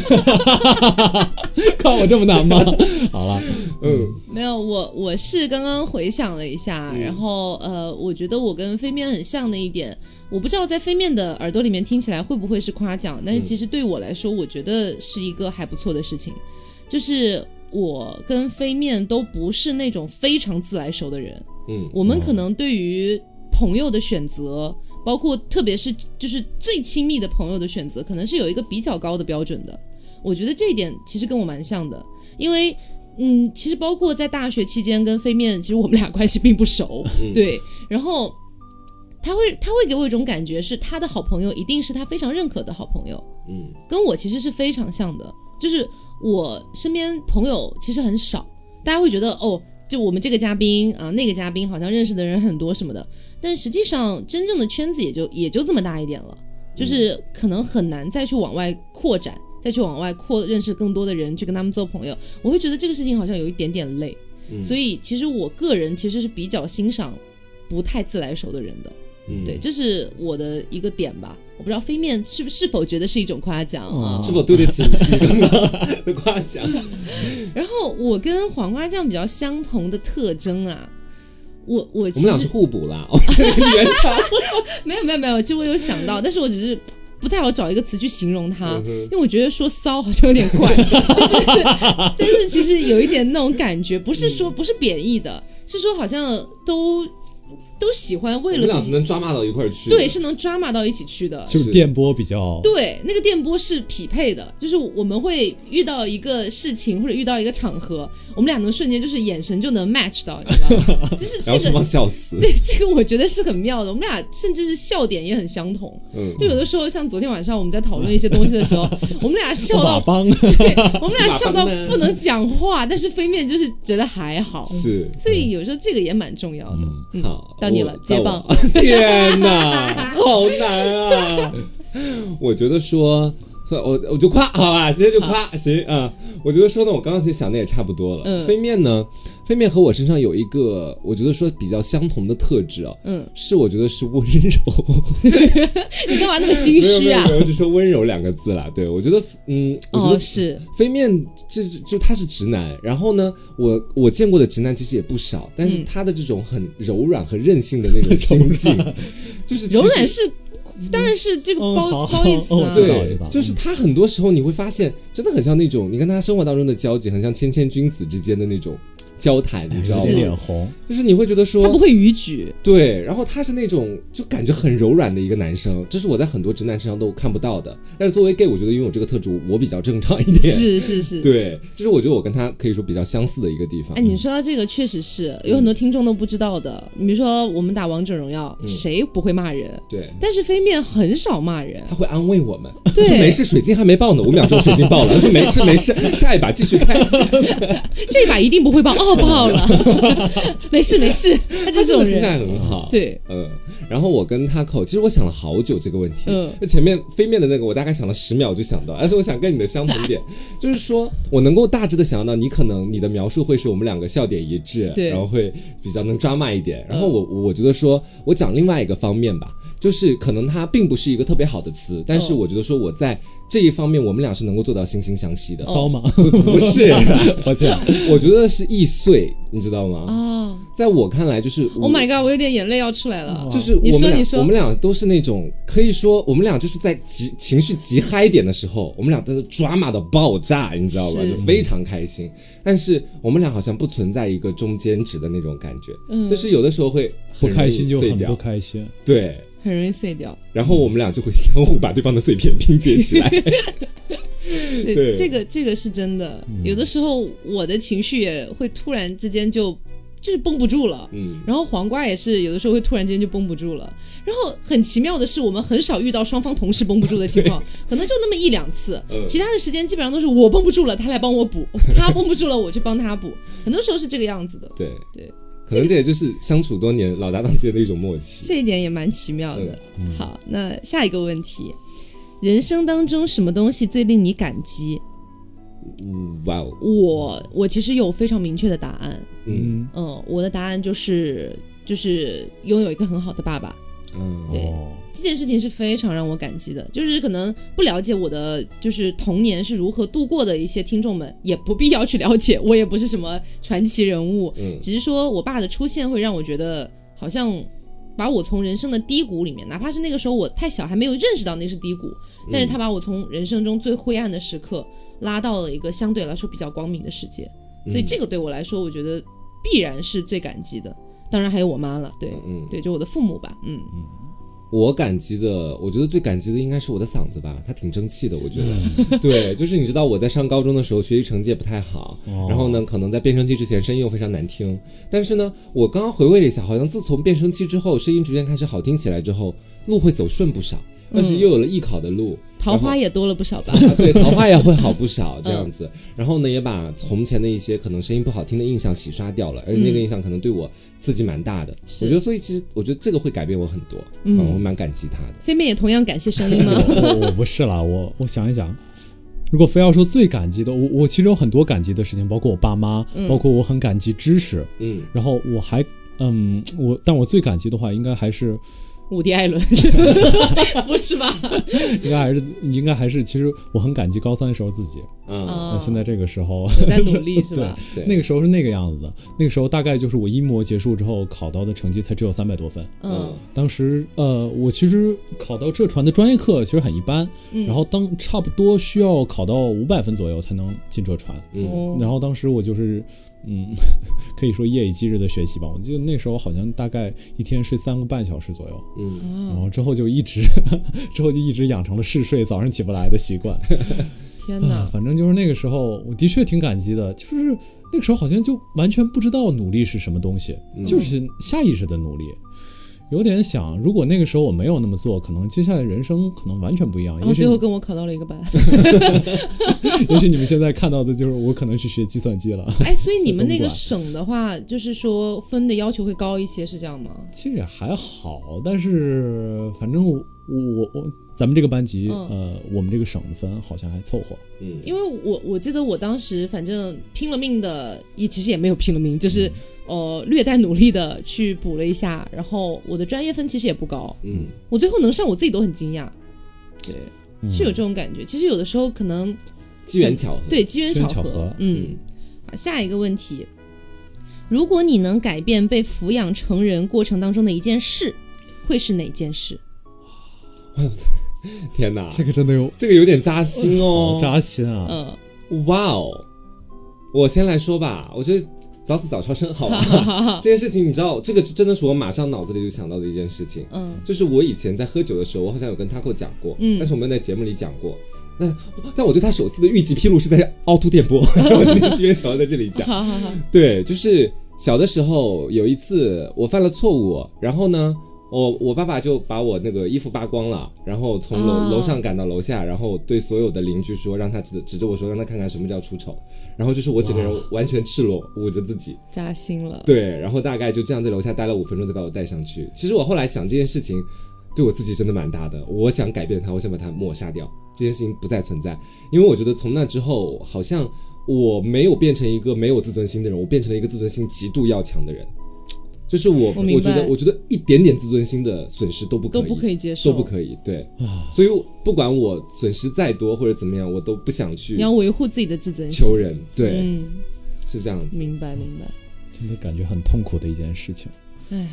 Speaker 1: 夸我这么难吗？好了，
Speaker 3: 嗯
Speaker 2: 没有，我我是刚刚回想了一下，然后呃，我觉得我跟飞面很像的一点，我不知道在飞面的耳朵里面听起来会不会是夸奖，但是其实对我来说，我觉得是一个还不错的事情，就是我跟飞面都不是那种非常自来熟的人，
Speaker 3: 嗯
Speaker 2: 我们可能对于朋友的选择，包括特别是就是最亲密的朋友的选择，可能是有一个比较高的标准的。我觉得这一点其实跟我蛮像的，因为。嗯，其实包括在大学期间跟飞面，其实我们俩关系并不熟， 对。然后他会他会给我一种感觉，是他的好朋友一定是他非常认可的好朋友，
Speaker 3: 嗯
Speaker 2: 跟我其实是非常像的，就是我身边朋友其实很少，大家会觉得哦，就我们这个嘉宾啊，那个嘉宾好像认识的人很多什么的，但实际上真正的圈子也就也就这么大一点了，就是可能很难再去往外扩展，再去往外扩认识更多的人，去跟他们做朋友，我会觉得这个事情好像有一点点累，
Speaker 3: 嗯
Speaker 2: 所以其实我个人其实是比较欣赏不太自来熟的人的。
Speaker 3: 嗯
Speaker 2: 对，，这是我的一个点吧。我不知道飞面是不是否觉得是一种夸奖啊？
Speaker 1: 嗯
Speaker 3: 是否对得起 你 刚刚的夸奖？
Speaker 2: 然后我跟黄瓜酱比较相同的特征啊，我我
Speaker 3: 我
Speaker 2: 其
Speaker 3: 们俩是
Speaker 2: 实
Speaker 3: 互补啦， 原唱。
Speaker 2: 没有没有没有，其实我有想 到，但是我只是不太好找一个词去形容它，
Speaker 3: 嗯
Speaker 2: 因为我觉得说骚好像有点 怪，但是但是其实有一点那种感觉，不是
Speaker 3: 嗯
Speaker 2: 说不是贬义的，是说好像都都喜欢
Speaker 3: 我
Speaker 2: 为
Speaker 3: 们
Speaker 2: 了
Speaker 3: 俩
Speaker 2: 自
Speaker 3: 是
Speaker 2: 己，
Speaker 3: 能抓骂到一块儿去。
Speaker 2: 对，是能 drama 到一起去的，
Speaker 1: 就是
Speaker 3: 是
Speaker 1: 电波比较，
Speaker 2: 对，那个电波是匹配的，就是我们会遇到一个事情或者遇到一个场合，我们俩能瞬间就是眼神就能 match 到，你知 道吗？就是
Speaker 3: 然
Speaker 2: 这
Speaker 3: 后
Speaker 2: 个
Speaker 3: 双方，笑死。
Speaker 2: 对这个我觉得是很妙的，我们俩甚至是笑点也很相同。
Speaker 3: 嗯，
Speaker 2: 就有的时候，像昨天晚上我们在讨论一些东西的时候，我们俩笑
Speaker 1: 马
Speaker 2: 到，
Speaker 1: 帮
Speaker 2: 对我们俩笑到
Speaker 3: 马帮呢
Speaker 2: 不能讲话，但是飞面就是觉得还好，
Speaker 3: 是。
Speaker 2: 所以有时候这个也蛮重要的。嗯
Speaker 3: 好，
Speaker 2: 到你了
Speaker 3: 我
Speaker 2: 接棒
Speaker 3: 到我 天哪，好难啊！我觉得说，算我我 就夸好吧，直接就夸行啊、我觉得说呢，我刚刚其实想的也差不多了。
Speaker 2: 嗯
Speaker 3: 飞面呢，飞面和我身上有一个我觉得说比较相同的特质啊，
Speaker 2: 嗯，
Speaker 3: 是我觉得是温柔。
Speaker 2: 你干嘛那么心
Speaker 3: 没有没
Speaker 2: 虚
Speaker 3: 有
Speaker 2: 啊
Speaker 3: 没？有，我只说温柔两个字啦。对，我觉得，嗯，我觉得
Speaker 2: 哦，是，
Speaker 3: 飞面这就他是直男，然后呢，我我见过的直男其实也不少，但
Speaker 2: 嗯
Speaker 3: 是他的这种很柔软和任性的那种心境， 就是其实
Speaker 2: 柔软是，当然是这个
Speaker 1: 嗯好
Speaker 2: 褒、褒义词
Speaker 1: 哦
Speaker 2: 啊。
Speaker 1: 知道
Speaker 3: 对
Speaker 1: 知道，
Speaker 3: 就是他很多时候你会发现，真的很像那种你跟他生活当中的交集，很像谦谦君子之间的那种交谈，你知道
Speaker 1: 是
Speaker 3: 吗？
Speaker 1: 脸红，
Speaker 3: 就是你会觉得
Speaker 2: 他不
Speaker 3: 说
Speaker 2: 会逾矩，
Speaker 3: 对，然后他是那种就感觉很柔软的一个男生，这是我在很多直男身上都看不到的。但是作为 gay，我觉得拥有这个特质，我比较正常一点。
Speaker 2: 是是是。
Speaker 3: 对，这是我觉得我跟他可以说比较相似的一个地方。
Speaker 2: 哎，你说到这个，确实是有很多听众都不知道的。你比如说，我们打王者荣耀，
Speaker 3: 嗯
Speaker 2: 谁不会骂人？
Speaker 3: 对，
Speaker 2: 但是飞面很少骂人
Speaker 3: 他，会安慰我们，
Speaker 2: 对
Speaker 3: 说没事，水晶还没爆呢，五秒钟水晶爆了，他说没事没事，下一把继续开。
Speaker 2: 这把一定不 会爆，哦，爆了，没事没事，他就
Speaker 3: 他
Speaker 2: 这
Speaker 3: 这
Speaker 2: 种
Speaker 3: 个心
Speaker 2: 人。
Speaker 3: 态很好，，
Speaker 2: 对，
Speaker 3: 嗯，然然后我跟他口，其实我想了好久这个问题。
Speaker 2: 嗯
Speaker 3: 那前面飞面的那个，我大概想了十秒就想到，但是我想跟你的相同 点，就是说我能够大致的想象到你可能你的描述会是我们两个笑点一致，
Speaker 2: 对嗯
Speaker 3: 然后会比较能抓骂一点。然后我我觉得说，我讲另外一个方面吧，就是可能它并不是一个特别好的词，但是
Speaker 2: 哦
Speaker 3: 我觉得说我在这一方面，我们俩是能够做到惺惺相惜的。
Speaker 2: 哦
Speaker 1: 骚吗？
Speaker 3: 哦不是，啊
Speaker 1: 抱歉，
Speaker 3: 我觉得是易碎，你知道吗？
Speaker 2: 啊
Speaker 3: 在我看来，就是我
Speaker 2: ，Oh my god，我有点眼泪要出来了。
Speaker 3: 就是
Speaker 2: 你
Speaker 3: 我
Speaker 2: 说
Speaker 3: 们俩，
Speaker 2: 哦你说
Speaker 3: 我们俩都是那种可以说，我们俩就是在极情绪极嗨点的时候，我们俩都是抓马的爆炸，你知道吧？
Speaker 2: 是
Speaker 3: 就非常开心。但是我们俩好像不存在一个中间值的那种感觉，
Speaker 2: 嗯
Speaker 3: 就是有的时候会
Speaker 1: 不
Speaker 3: 很容易
Speaker 1: 开心就
Speaker 3: 碎
Speaker 1: 很不
Speaker 3: 掉，
Speaker 1: 开心。
Speaker 3: 对。
Speaker 2: 很容易碎掉。
Speaker 3: 然后我们俩就会相互把对方的碎片拼接 起来，
Speaker 2: 对，
Speaker 3: 对嗯
Speaker 2: 这个这个是真的。有的时候我的情绪也会突然之间就就是绷不住了。
Speaker 3: 嗯，
Speaker 2: 然后黄瓜也是有的时候会突然之间就绷不住了，然后很奇妙的是，我们很少遇到双方同时绷不住的情况，可能就那么一两次，
Speaker 3: 嗯
Speaker 2: 其他的时间基本上都是我绷不住了，他来帮我补，他绷不住了，我去帮他补，很多时候是这个样子的，
Speaker 3: 对
Speaker 2: 对，
Speaker 3: 可能这也就是相处多年老搭档间的一种默契。
Speaker 2: 这一点也蛮奇妙的。
Speaker 3: 嗯
Speaker 2: 好，那下一个问题，人生当中什么东西最令你感激？
Speaker 3: 嗯，哇哦，
Speaker 2: 我我其实有非常明确的答案，
Speaker 3: 嗯，
Speaker 1: 嗯，
Speaker 2: 嗯，我的答案就是就是拥有一个很好的爸爸，
Speaker 3: 嗯
Speaker 2: 对
Speaker 1: 哦
Speaker 2: 这件事情是非常让我感激的，就是可能不了解我的就是童年是如何度过的一些听众们，也不必要去了解，我也不是什么传奇人物，
Speaker 3: 嗯
Speaker 2: 只是说我爸的出现会让我觉得好像把我从人生的低谷里面，哪怕是那个时候我太小还没有认识到那是低谷，
Speaker 3: 嗯
Speaker 2: 但是他把我从人生中最灰暗的时刻拉到了一个相对来说比较光明的世界，
Speaker 3: 嗯
Speaker 2: 所以这个对我来说，我觉得必然是最感激的。当然还有我妈了，对，
Speaker 3: 嗯。
Speaker 2: 对，就我的父母吧，嗯。
Speaker 3: 我感激的，我觉得最感激的应该是我的嗓子吧，它挺争气的，我觉
Speaker 2: 嗯
Speaker 3: 得。 对，就是你知道我在上高中的时候学习成绩也不太好，
Speaker 1: 哦
Speaker 3: 然后呢，可能在变声期之前声音又非常难听，但是呢，我刚刚回味了一下，好像自从变声期之后，声音逐渐开始好听起来之后，路会走顺不少，但是又有了艺考 的路，
Speaker 2: 桃
Speaker 3: 然后
Speaker 2: 花也多了不少吧？
Speaker 3: 啊对，桃花也会好不少这样
Speaker 2: 嗯
Speaker 3: 子。然后呢，也把从前的一些可能声音不好听的印象洗刷掉了，而且那个印象可能对我刺激蛮大的。
Speaker 2: 是
Speaker 3: 我觉得，所以其实我觉得这个会改变我很多，
Speaker 2: 嗯
Speaker 3: 我蛮感激他的。
Speaker 2: 飞妹也同样感谢声音 吗？
Speaker 1: 我我不是啦，我我想一想，如果非要说最感激的，我我其实有很多感激的事情，包括我爸妈，包括我很感激知识，
Speaker 3: 嗯，
Speaker 1: 然后我还嗯，我但我最感激的话，应该还是
Speaker 2: 伍迪· 艾伦，不是吧？
Speaker 1: 应该还是应该还是，其实我很感激高三的时候自己，
Speaker 3: 嗯，
Speaker 1: 那现在这个时候。
Speaker 2: 我哦在努 力是吧？
Speaker 3: 对，
Speaker 1: 那个时候是那个样子的，那个时候大概就是我一模结束之后考到的成绩才只有三百多分，
Speaker 3: 哦
Speaker 2: 嗯
Speaker 1: 当时呃，我其实考到浙传的专业课其实很一般，
Speaker 3: 嗯
Speaker 1: 然后当差不多需要考到五百分左右才能进浙传，
Speaker 3: 嗯
Speaker 2: 哦
Speaker 1: 然后当时我就是，嗯， 可以说夜以继日的学习吧。我记得那时候好像大概一天睡三个半小时左右，
Speaker 3: 嗯
Speaker 1: 然后之后就一直， 之后就一直养成了嗜睡、早上起不来的习惯。
Speaker 2: 天
Speaker 1: 啊
Speaker 2: 哪，，
Speaker 1: 反正就是那个时候，我的确挺感激的，就是那个时候好像就完全不知道努力是什么东西，
Speaker 2: 嗯
Speaker 1: 就是下意识的努力。有点想，如果那个时候我没有那么做，可能接下来人生可能完全不一样。
Speaker 2: 然
Speaker 1: 也
Speaker 2: 后
Speaker 1: 许
Speaker 2: 哦最后
Speaker 1: 你
Speaker 2: 跟我考到了一 个班。
Speaker 1: 也许你们现在看到的就是我可能去学计算机了。
Speaker 2: 哎，所以你们
Speaker 1: 在东
Speaker 2: 那个
Speaker 1: 莞
Speaker 2: 省的话，就是说分的要求会高一些，是这样吗？
Speaker 1: 其实也还好，但是反正我我我咱们这个班级、
Speaker 2: 嗯
Speaker 1: 呃，我们这个省的分好像还凑合。
Speaker 3: 嗯，
Speaker 2: 因为我我记得我当时反正拼了命的，也其实也没有拼了命，
Speaker 1: 嗯
Speaker 2: 就是呃略带努力的去补了一下，然后我的专业分其实也不高，
Speaker 3: 嗯
Speaker 2: 我最后能上我自己都很惊讶，对，
Speaker 1: 嗯
Speaker 2: 是有这种感觉。其实有的时候可能
Speaker 3: 机缘巧合，
Speaker 2: 对，机缘
Speaker 1: 机缘
Speaker 2: 合。
Speaker 1: 巧合
Speaker 2: 嗯，好，下一个问题，如果你能改变被抚养成人过程当中的一件事，会是哪件事？
Speaker 3: 天哪，
Speaker 1: 这个真的有
Speaker 3: 这个有点扎心
Speaker 1: 啊好
Speaker 3: 哦，
Speaker 1: 扎心啊！
Speaker 2: 嗯，
Speaker 3: 哇哦，我先来说吧，我觉得早死早超生好 吧，这件事情你知道，这个真的是我马上脑子里就想到的一件事情，
Speaker 2: 嗯，
Speaker 3: 就是我以前在喝酒的时候，我好像有跟 Taco 讲过，
Speaker 2: 嗯
Speaker 3: 但是我没有在节目里讲过。但但我对他首次的预计披露是在凹凸电波， 我今天机缘巧合在这里讲。
Speaker 2: 好好好，
Speaker 3: 对，就是小的时候有一次我犯了错误，然后呢，我我爸爸就把我那个衣服扒光了，然后从楼、
Speaker 2: 哦
Speaker 3: 楼上赶到楼下，然后对所有的邻居说，让他指指着我说，让他看看什么叫出丑。然后就是我整个人完全赤裸，捂着自己，
Speaker 2: 扎心了。
Speaker 3: 对，然后大概就这样在楼下待了五分钟，再把我带上去。其实我后来想这件事情，对我自己真的蛮大的。我想改变它，我想把它抹杀掉，这件事情不再存在。因为我觉得从那之后，好像我没有变成一个没有自尊心的人，我变成了一个自尊心极度要强的人。就是我，
Speaker 2: 我
Speaker 3: 我
Speaker 2: 明白
Speaker 3: 觉得，我觉得一点点自尊心的损失都不可
Speaker 2: 都
Speaker 3: 以，
Speaker 2: 不可以接受，
Speaker 3: 都不可以。对，
Speaker 1: 哦啊
Speaker 3: 所以我不管我损失再多或者怎么样，我都不想去
Speaker 2: 你要维护自己的自尊心。
Speaker 3: 求人。对，
Speaker 2: 嗯，
Speaker 3: 是这样子。
Speaker 2: 明白明白。
Speaker 1: 真的感觉很痛苦的一件事情。
Speaker 2: 唉，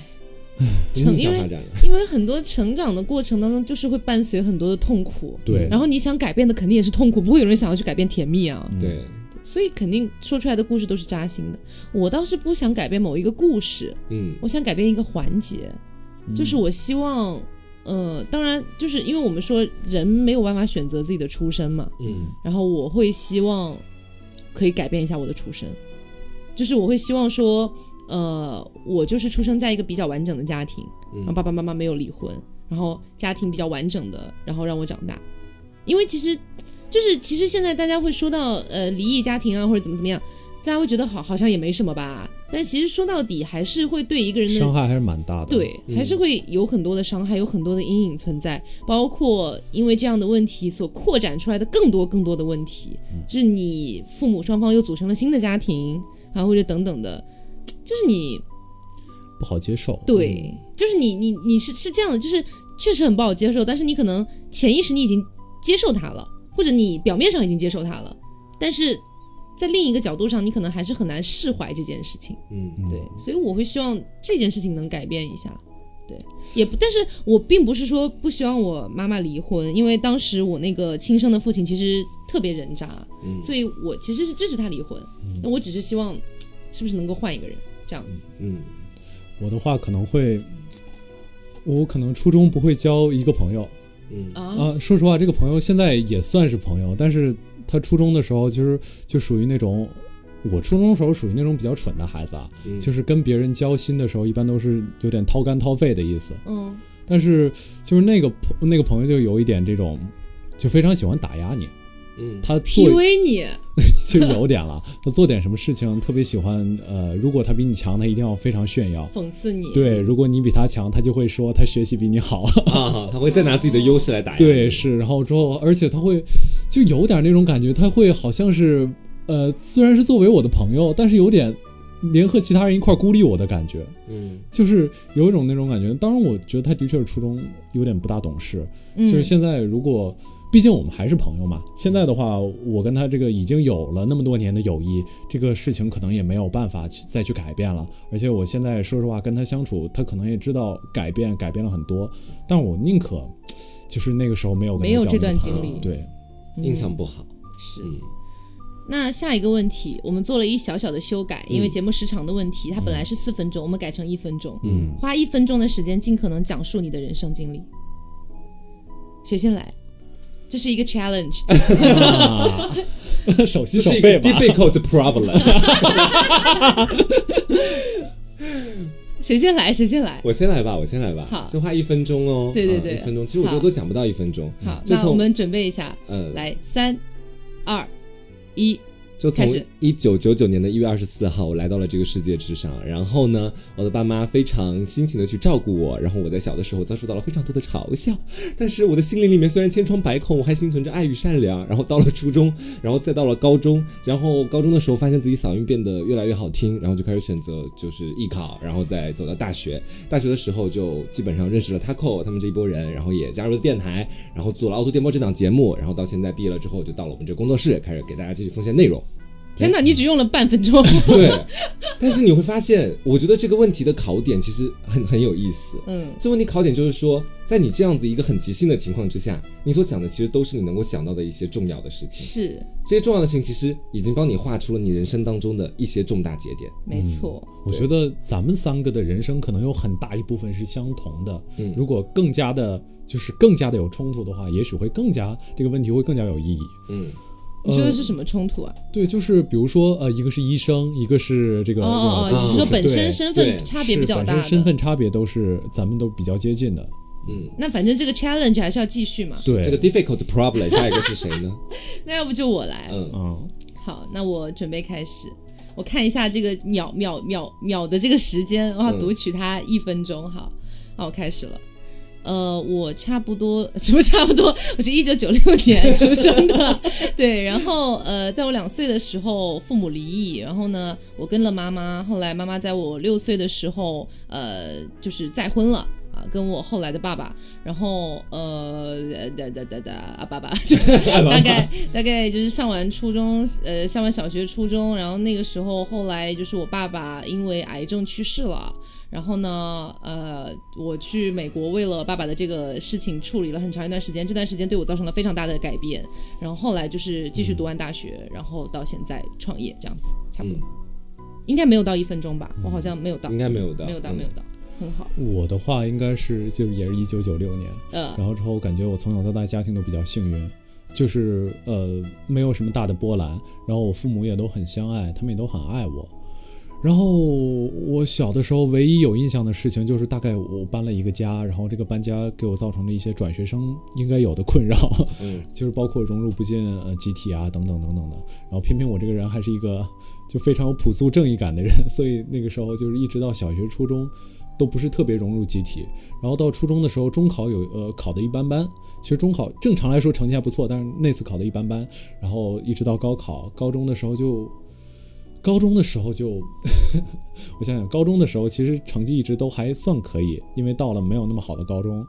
Speaker 3: 你
Speaker 2: 成嗯
Speaker 3: 想
Speaker 2: 因为
Speaker 3: 发展了，
Speaker 2: 因为很多成长的过程当中，就是会伴随很多的痛苦。
Speaker 1: 对，
Speaker 2: 嗯然后你想改变的肯定也是痛苦，不会有人想要去改变甜蜜啊，
Speaker 1: 嗯
Speaker 3: 对，
Speaker 2: 所以肯定说出来的故事都是扎心的。我倒是不想改变某一个故事，
Speaker 3: 嗯
Speaker 2: 我想改变一个环节，就是我希望，呃，当然就是因为我们说人没有办法选择自己的出身嘛，
Speaker 3: 嗯。
Speaker 2: 然后我会希望可以改变一下我的出身，就是我会希望说，呃，我就是出生在一个比较完整的家庭，然后
Speaker 3: 嗯
Speaker 2: 爸爸妈妈没有离婚，然后家庭比较完整的，然后让我长大。因为其实，就是其实现在大家会说到呃离异家庭啊或者怎么怎么样，大家会觉得好好像也没什么吧，但其实说到底还是会对一个人的
Speaker 1: 伤害还是蛮大的。，
Speaker 2: 对，
Speaker 3: 嗯
Speaker 2: 还是会有很多的伤害，有很多的阴影存在，包括因为这样的问题所扩展出来的更多更多的问题，就是你父母双方又组成了新的家庭啊，或者等等的，就是你
Speaker 1: 不好接受。
Speaker 2: 对，就是你你你是是这样的，就是确实很不好接受，但是你可能潜意识你已经接受它了，或者你表面上已经接受它了，但是在另一个角度上，你可能还是很难释怀这件事情。
Speaker 3: 嗯，
Speaker 2: 对，所以我会希望这件事情能改变一下。对，也不，但是我并不是说不希望我妈妈离婚，因为当时我那个亲生的父亲其实特别人渣，
Speaker 3: 嗯
Speaker 2: 所以我其实是支持他离婚。那、我只是希望，是不是能够换一个人这样子？
Speaker 3: 嗯
Speaker 1: 我的话可能会，我可能初中不会交一个朋友
Speaker 3: 嗯
Speaker 2: 啊，
Speaker 1: 啊。说实话，这个朋友现在也算是朋友，但是他初中的时候其实就属于那种。我初中的时候属于那种比较蠢的孩子啊，
Speaker 3: 嗯
Speaker 1: 就是跟别人交心的时候，一般都是有点掏肝掏肺的意思。
Speaker 2: 嗯，
Speaker 1: 但是就是那个朋那个朋友就有一点这种，就非常喜欢打压你。
Speaker 3: 嗯，
Speaker 1: 他做
Speaker 2: PUA 你，
Speaker 1: 其实有点了，他做点什么事情特别喜欢，呃，如果他比你强，他一定要非常炫耀。
Speaker 2: 讽刺你，
Speaker 1: 对，如果你比他强，他就会说他学习比你好。
Speaker 3: 啊，他会再拿自己的优势来打压。
Speaker 1: 对，，是，然后之后，而且他会就有点那种感觉，他会好像是，呃，虽然是作为我的朋友，但是有点联合其他人一块儿孤立我的感觉。
Speaker 3: 嗯
Speaker 1: 就是有一种那种感觉。当然，我觉得他的确是初中有点不大懂事。
Speaker 2: 嗯
Speaker 1: 就是现在，如果毕竟我们还是朋友嘛，现在的话，我跟他这个已经有了那么多年的友谊，这个事情可能也没有办法去再去改变了。而且我现在说实话，跟他相处，他可能也知道改变，改变了很多，但我宁可。就是那个时候没有跟他
Speaker 2: 没有
Speaker 1: 交
Speaker 2: 这段
Speaker 1: 流
Speaker 2: 经
Speaker 1: 啊
Speaker 2: 历
Speaker 1: 对，
Speaker 2: 嗯
Speaker 3: 印象不好。
Speaker 2: 是。
Speaker 3: 嗯
Speaker 2: 那下一个问题，我们做了一小小的修改，
Speaker 1: 嗯
Speaker 2: 因为节目时长的问题，它本来是四分钟，我们改成一分钟。
Speaker 1: 嗯，
Speaker 2: 花一分钟的时间，尽可能讲述你的人生经历。谁先来？这是一个 challenge。
Speaker 1: 手
Speaker 3: 这
Speaker 1: 心手
Speaker 3: 是一
Speaker 1: 背
Speaker 3: 个
Speaker 1: 吧，
Speaker 3: difficult problem。
Speaker 2: 谁先来？谁先来？
Speaker 3: 我先来吧，我先来吧。
Speaker 2: 好
Speaker 3: 就花一分钟哦。
Speaker 2: 对对
Speaker 3: 啊
Speaker 2: 对
Speaker 3: 一分钟。其实我
Speaker 2: 好
Speaker 3: 都都讲不到一分钟。
Speaker 2: 好，
Speaker 3: 就
Speaker 2: 那我
Speaker 3: 从
Speaker 2: 们准备一下，
Speaker 3: 嗯，
Speaker 2: 来，三、二、一。
Speaker 3: 就从
Speaker 2: 开始
Speaker 3: 一九九九年的一月二十四号，我来到了这个世界之上。然后呢，我的爸妈非常辛勤的去照顾我。然后我在小的时候遭受到了非常多的嘲笑，但是我的心灵里面虽然千疮百孔，我嗯还心存着爱与善良。然后到了初中，然后再到了高中，然后高中的时候发现自己嗓音变得越来越好听，然后嗯就开始选择就是艺考，然后再走到大学。大学的时候就基本上认识了 Taco 他们这一波人，然后也加入了电台，然后做了凹凸电波这档节目，然后到现在毕业了之后，就到了我们这个工作室，开始给大家继续奉献内容。
Speaker 2: 天哪，你只用了半 分钟。
Speaker 3: 对，但是你会发现，我觉得这个问题的考点其实很很有意思。
Speaker 2: 嗯
Speaker 3: 这问题考点就是说，在你这样子一个很即兴的情况之下，你所讲的其实都是你能够想到的一些重要的事情。
Speaker 2: 是，
Speaker 3: 这些重要的事情其实已经帮你画出了你人生当中的一些重大节点。
Speaker 2: 没错。
Speaker 1: 我觉得咱们三个的人生可能有很大一部分是相同的，
Speaker 3: 嗯
Speaker 1: 如果更加的，就是更加的有冲突的话，也许会更加这个问题会更加有意义。
Speaker 3: 嗯
Speaker 2: 你说的是什么冲突啊？
Speaker 1: 对，就是比如说，呃，一个是医生，一个是这个
Speaker 2: 哦哦
Speaker 1: 这
Speaker 2: 哦，
Speaker 1: 种
Speaker 2: 你是
Speaker 1: 护
Speaker 2: 说
Speaker 1: 士
Speaker 2: 本身
Speaker 1: 嗯对
Speaker 2: 身
Speaker 3: 对
Speaker 2: 份差别
Speaker 1: 是
Speaker 2: 比较
Speaker 1: 本
Speaker 2: 大
Speaker 1: 身身
Speaker 2: 的？
Speaker 1: 份差别都是咱们都比较接近的，
Speaker 3: 嗯，
Speaker 2: 那反正这个 challenge 还是要继续嘛。
Speaker 1: 对，
Speaker 3: 这个 difficult problem 下一个是谁 呢？
Speaker 2: 那要不就我来。
Speaker 3: 嗯，
Speaker 1: 嗯，
Speaker 2: 好，那我准备开始。我看一下这个秒秒秒秒的这个时间，我要
Speaker 3: 嗯
Speaker 2: 读取它一分钟。好，好，我开始了。呃，我差不多什么差不多，我是一九九六年出生的，对。然后呃，在我两岁的时候，父母离异，然后呢，我跟了妈妈，后来妈妈在我六岁的时候，呃，就是再婚了。啊，跟我后来的爸爸，然后呃，哒哒哒哒，啊爸爸，就是大概大概就是上完初中，呃，上完小学、初中，然后那个时候，后来就是我爸爸因为癌症去世了。然后呢，呃，我去美国为了爸爸的这个事情处理了很长一段时间，这段时间对我造成了非常大的改变。然后后来就是继续读完大学，然后到现在创业这样子，差不多。应该没有到一分钟吧？我好像没有到，
Speaker 3: 应该没有的，
Speaker 2: 没有到，
Speaker 3: 嗯
Speaker 2: 没有到，很好。
Speaker 1: 我的话应该是就是也是一九九六年，
Speaker 2: 呃，
Speaker 1: 然后之后感觉我从小到大家庭都比较幸运，就是呃没有什么大的波澜，然后我父母也都很相爱，他们也都很爱我。然后我小的时候唯一有印象的事情就是大概我搬了一个家，然后这个搬家给我造成了一些转学生应该有的困扰，
Speaker 3: 嗯，
Speaker 1: 就是包括融入不进呃集体啊等等等等的。然后偏偏我这个人还是一个就非常有朴素正义感的人，所以那个时候就是一直到小学初中都不是特别融入集体。然后到初中的时候，中考有呃考的一般般，其实中考正常来说成绩还不错，但是那次考的一般般。然后一直到高考，高中的时候就。 高中的时候就，我想想，高中的时候其实成绩一直都还算可以，因为到了没有那么好的高中，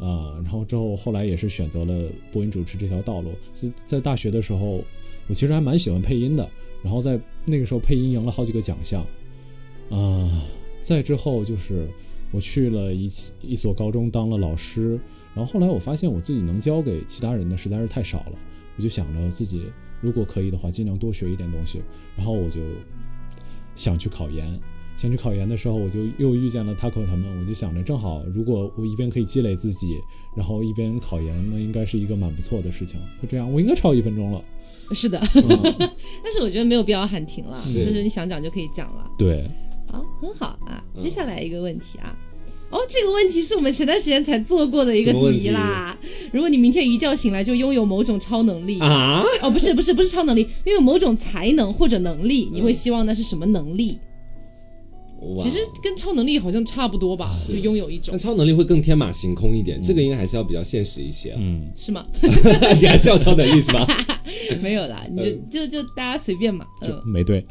Speaker 1: 啊、然后之后后来也是选择了播音主持这条道路。在在大学的时候，我其实还蛮喜欢配音的，然后在那个时候配音赢了好几个奖项，啊、再之后就是我去了一一所高中当了老师，然后后来我发现我自己能教给其他人的实在是太少了，我就想着自己如果可以的话，尽量多学一点东西，然后我就想去考研。想去考研的时候，我就又遇见了 Taco 他们，我就想着正好，如果我一边可以积累自己，然后一边考研，那应该是一个蛮不错的事情。就这样，我应该超一分钟了。
Speaker 2: 是的，
Speaker 1: 嗯、
Speaker 2: 但是我觉得没有必要喊停了，
Speaker 3: 是
Speaker 2: 就是你想讲就可以讲了。
Speaker 1: 对，
Speaker 2: 好，很好啊。
Speaker 3: 嗯
Speaker 2: 接下来一个问题啊，哦，这个问题是我们前段时间才做过的一个
Speaker 3: 什么问
Speaker 2: 题
Speaker 3: 题
Speaker 2: 啦。如果你明天一觉醒来就拥有某种超能力，
Speaker 3: 啊，
Speaker 2: 哦，不是不是不是超能力，拥有某种才能或者能力，
Speaker 1: 嗯
Speaker 2: 你会希望那是什么能力？
Speaker 3: 哇
Speaker 2: 其实跟超能力好像差不多吧，就拥有一
Speaker 1: 嗯
Speaker 3: 那
Speaker 2: 种，
Speaker 3: 超能力会更天马行空一
Speaker 2: 嗯
Speaker 3: 点，这个应该还是要比较现实一些啊。
Speaker 1: 嗯，
Speaker 2: 是吗？
Speaker 3: 你还是要超能力是吧？
Speaker 2: 没有啦，你就就就大家随便嘛，嗯、
Speaker 1: 嗯就没对，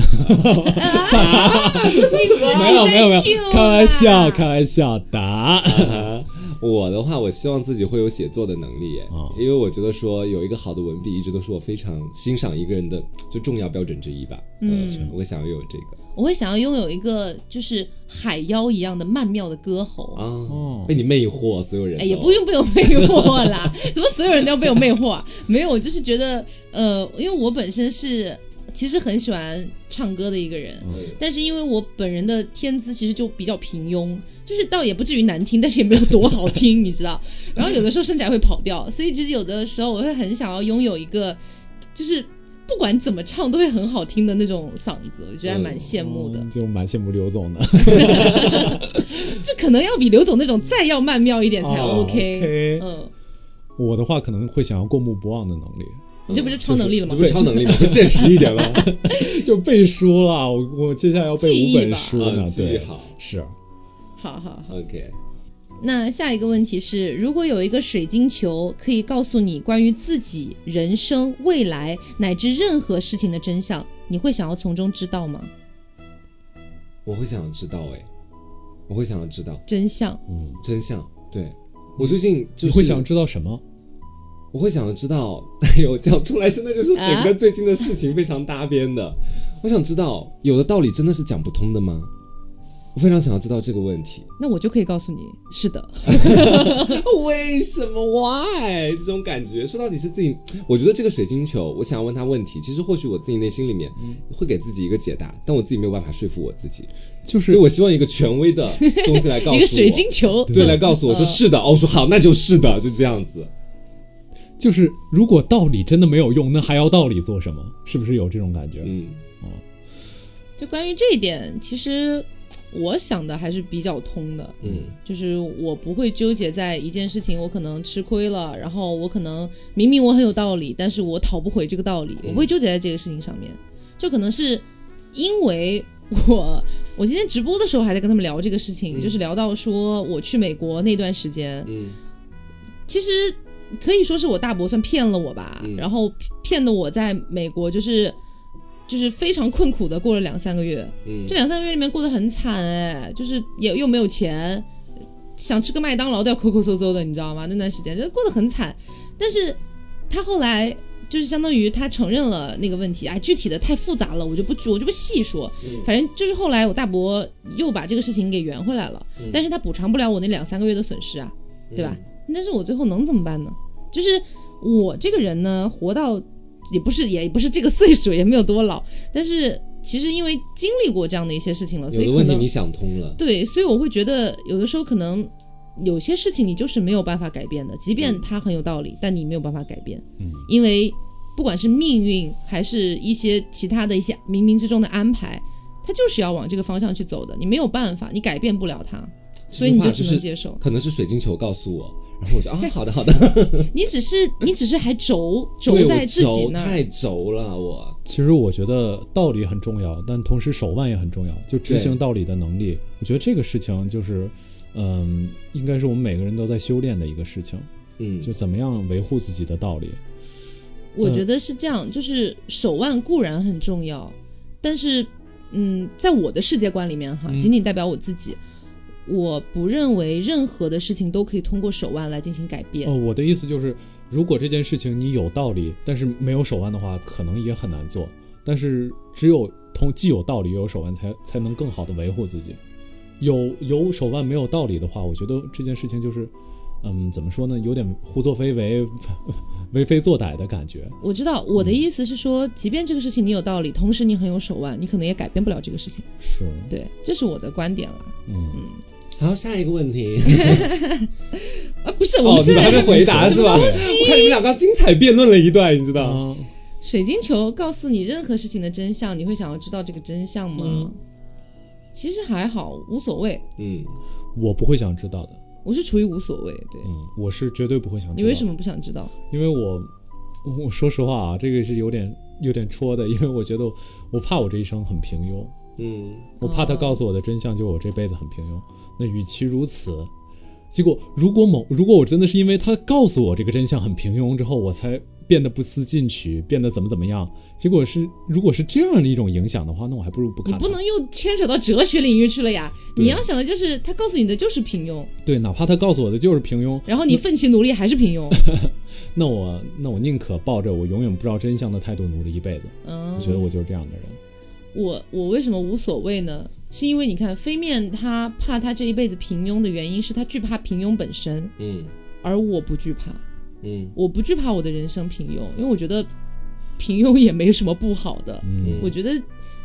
Speaker 2: 你自己
Speaker 1: 没有没有没有
Speaker 2: 在啊 cue 啦，
Speaker 1: 开玩笑，开玩笑的。
Speaker 3: 我的话，我希望自己会有写作的能力耶，
Speaker 1: 哦
Speaker 3: 因为我觉得说有一个好的文笔，一直都是我非常欣赏一个人的就重要标准之一吧。嗯，我想要有这个
Speaker 2: 我会想要拥有一个就是海妖一样的曼妙的歌喉
Speaker 3: 啊，
Speaker 1: 哦
Speaker 3: 被你魅惑，所有人
Speaker 2: 哎，
Speaker 3: 都
Speaker 2: 也不用被我魅惑啦，怎么所有人都要被我魅惑啊？没有，我就是觉得，呃，因为我本身是其实很喜欢唱歌的一个人，
Speaker 3: 呃
Speaker 2: 但是因为我本人的天资其实就比较平庸，就是倒也不至于难听，但是也没有多好听，你知道。然后有的时候甚至还会跑调，所以其实有的时候我会很想要拥有一个，就是不管怎么唱都会很好听的那种嗓子，我觉得还蛮羡慕的。
Speaker 1: 嗯就蛮羡慕刘总的，
Speaker 2: 就可能要比刘总那种再要曼妙一点才
Speaker 1: 哦
Speaker 2: OK，、
Speaker 1: OK
Speaker 2: 嗯。
Speaker 1: 我的话可能会想要过目不忘的能力。
Speaker 2: 你这不是超能力了吗？
Speaker 3: 这不是超 能力吗？不现实一点吗？
Speaker 1: 就背书了，我我接下来要背
Speaker 2: 记
Speaker 1: 五
Speaker 2: 忆
Speaker 1: 本
Speaker 2: 吧
Speaker 1: 书
Speaker 3: 啊
Speaker 1: 呢。
Speaker 3: 记忆
Speaker 1: 对，
Speaker 3: 好
Speaker 1: 是
Speaker 2: 好好好，
Speaker 3: ，OK，
Speaker 2: 那下一个问题是，如果有一个水晶球可以告诉你关于自己、人生、未来乃至任何事情的真相，你会想要从中知道吗？
Speaker 3: 我会想要知道哎，我会想要知道
Speaker 2: 真相，
Speaker 3: 真相。对我最近就
Speaker 1: 你
Speaker 3: 是
Speaker 1: 会想知道什么？
Speaker 3: 我会想要知道， 哎呦，讲出来真的就是整个最近的事情非常搭 边的。我想知道，有的道理真的是讲不通的吗？我非常想要知道这个问题，
Speaker 2: 那我就可以告诉你，是的，
Speaker 3: 为什么 why 这种感觉？说到底是自己，我觉得这个水晶球，我想要问他问题，其实或许我自己内心里面
Speaker 2: 嗯
Speaker 3: 会给自己一个解答，但我自己没有办法说服我自己，
Speaker 1: 就
Speaker 3: 所
Speaker 1: 是
Speaker 3: 以我希望一个权威的东西来告诉我，
Speaker 2: 一个水晶球，嗯
Speaker 3: 哦对来告诉我说是的，哦，我说好，那就是的，就这样子。
Speaker 1: 就是如果道理真的没有用，那还要道理做什么？是不是有这种感觉？
Speaker 3: 嗯，
Speaker 2: 就关于这一点，其实我想的还是比较通的，
Speaker 3: 嗯，
Speaker 2: 就是我不会纠结在一件事情，我可能吃亏了，然后我可能明明我很有道理，但是我讨不回这个道理，我不会纠结在这个事情上面，就可能是因为我。我今天直播的时候还在跟他们聊这个事情，
Speaker 3: 嗯
Speaker 2: 就是聊到说我去美国那段时间，
Speaker 3: 嗯
Speaker 2: 其实可以说是我大伯算骗了我吧，
Speaker 3: 嗯
Speaker 2: 然后骗的我在美国就是就是非常困苦的过了两三个月，
Speaker 3: 嗯
Speaker 2: 这两三个月里面过得很惨哎，就是也又没有钱，想吃个麦当劳都要抠抠搜搜的，你知道吗？那段时间就过得很惨，但是他后来。就是相当于他承认了那个问题，哎，具体的太复杂了，我就不我就不细说。
Speaker 3: 嗯
Speaker 2: 反正就是后来我大伯又把这个事情给圆回来了，
Speaker 3: 嗯
Speaker 2: 但是他补偿不了我那两三个月的损失啊，对吧？但是我最后能怎么办呢？就是我这个人呢，活到也不是也不是这个岁数，也没有多老，但是其实因为经历过这样的一些事情了，嗯所
Speaker 3: 有
Speaker 2: 以
Speaker 3: 的
Speaker 2: 可
Speaker 3: 问题
Speaker 2: 能
Speaker 3: 你想通了，
Speaker 2: 对，所以我会觉得有的时候可能有些事情你就是没有办法改变的，即
Speaker 3: 嗯
Speaker 2: 便它很有道理，但你没有办法改变，
Speaker 1: 嗯，
Speaker 2: 因为不管是命运还是一些其他的一些冥冥之中的安排，它就是要往这个方向去走的，你没有办法，你改变不了它，所以你
Speaker 3: 这句话
Speaker 2: 只
Speaker 3: 就
Speaker 2: 能
Speaker 3: 是
Speaker 2: 接受。
Speaker 3: 可能是水晶球告诉我，然后我就啊，好的好的，
Speaker 2: 你只是你只是还轴 轴
Speaker 3: 对我
Speaker 2: 在自己
Speaker 3: 轴
Speaker 2: 那儿，
Speaker 3: 太轴了，我
Speaker 1: 其实我觉得道理很重要，但同时手腕也很重要，就嗯执行
Speaker 3: 对
Speaker 1: 道理的能力。我觉得这个事情就是，嗯，应该是我们每个人都在修炼的一个事情，
Speaker 3: 嗯
Speaker 1: 就怎么样维护自己的道理。
Speaker 2: 我觉得是这样，就是手腕固然很重要，但是嗯，在我的世界观里面哈，
Speaker 1: 嗯
Speaker 2: 仅仅代表我自己，我不认为任何的事情都可以通过手腕来进行改变。
Speaker 1: 哦，我的意思就是，如果这件事情你有道理，但是没有手腕的话，可能也很难做。但是只有同既有道理又有手腕才，才能更好的维护自己。有有手腕没有道理的话，我觉得这件事情就是，嗯，怎么说呢，有点胡作非为、 为非作歹的感觉。
Speaker 2: 我知道我
Speaker 3: 嗯
Speaker 2: 的意思是说，即便这个事情你有道理，同时你很有手腕，你可能也改变不了这个事情。
Speaker 1: 是，
Speaker 2: 对，这是我的观点了。
Speaker 1: 嗯，
Speaker 3: 好，下一个问题，
Speaker 2: 啊，不是，我
Speaker 3: 哦
Speaker 2: 们，
Speaker 3: 你
Speaker 2: 现
Speaker 3: 们
Speaker 2: 在
Speaker 3: 还
Speaker 2: 在
Speaker 3: 没回答是吧？我哦看你们俩刚精彩辩论了一段，你知道？
Speaker 1: 啊，
Speaker 2: 水晶球告诉你任何事情的真相，你会想要知道这个真相吗？
Speaker 1: 嗯
Speaker 2: 其实还好，无所谓。
Speaker 3: 嗯，
Speaker 1: 我不会想知道的。
Speaker 2: 我是处于无所谓，对。
Speaker 1: 嗯，我是绝对不会想知道。
Speaker 2: 你为什？么不想知道？
Speaker 1: 因为我，我说实话啊，这个是有点有点戳的，因为我觉得我怕我这一生很平庸。
Speaker 3: 嗯，
Speaker 1: 我怕他告诉我的真相就是我这辈子很平庸。那与其如此，结果如果某如果我真的是因为他告诉我这个真相很平庸之后，我才变得不思进取，变得怎么怎么样，结果是如果是这样的一种影响的话，那我还不如不
Speaker 2: 你
Speaker 1: 看它。
Speaker 2: 不能又牵扯到哲学领域去了呀！
Speaker 1: 对
Speaker 2: 你要想的就是他告诉你的就是平庸，
Speaker 1: 对，哪怕他告诉我的就是平庸，
Speaker 2: 然后你奋起努力还是平 庸。
Speaker 1: 那我那我宁可抱着我永远不知道真相的态度努力一辈子。
Speaker 2: 嗯
Speaker 1: 我，觉得我就是这样的人。
Speaker 2: 我我为什么无所谓呢？是因为你看飞面他怕他这一辈子平庸的原因是他惧怕平庸本身，
Speaker 3: 嗯，
Speaker 2: 而我不惧怕，
Speaker 3: 嗯，
Speaker 2: 我不惧怕我的人生平庸，因为我觉得平庸也没什么不好的。
Speaker 1: 嗯
Speaker 3: 嗯
Speaker 2: 我觉得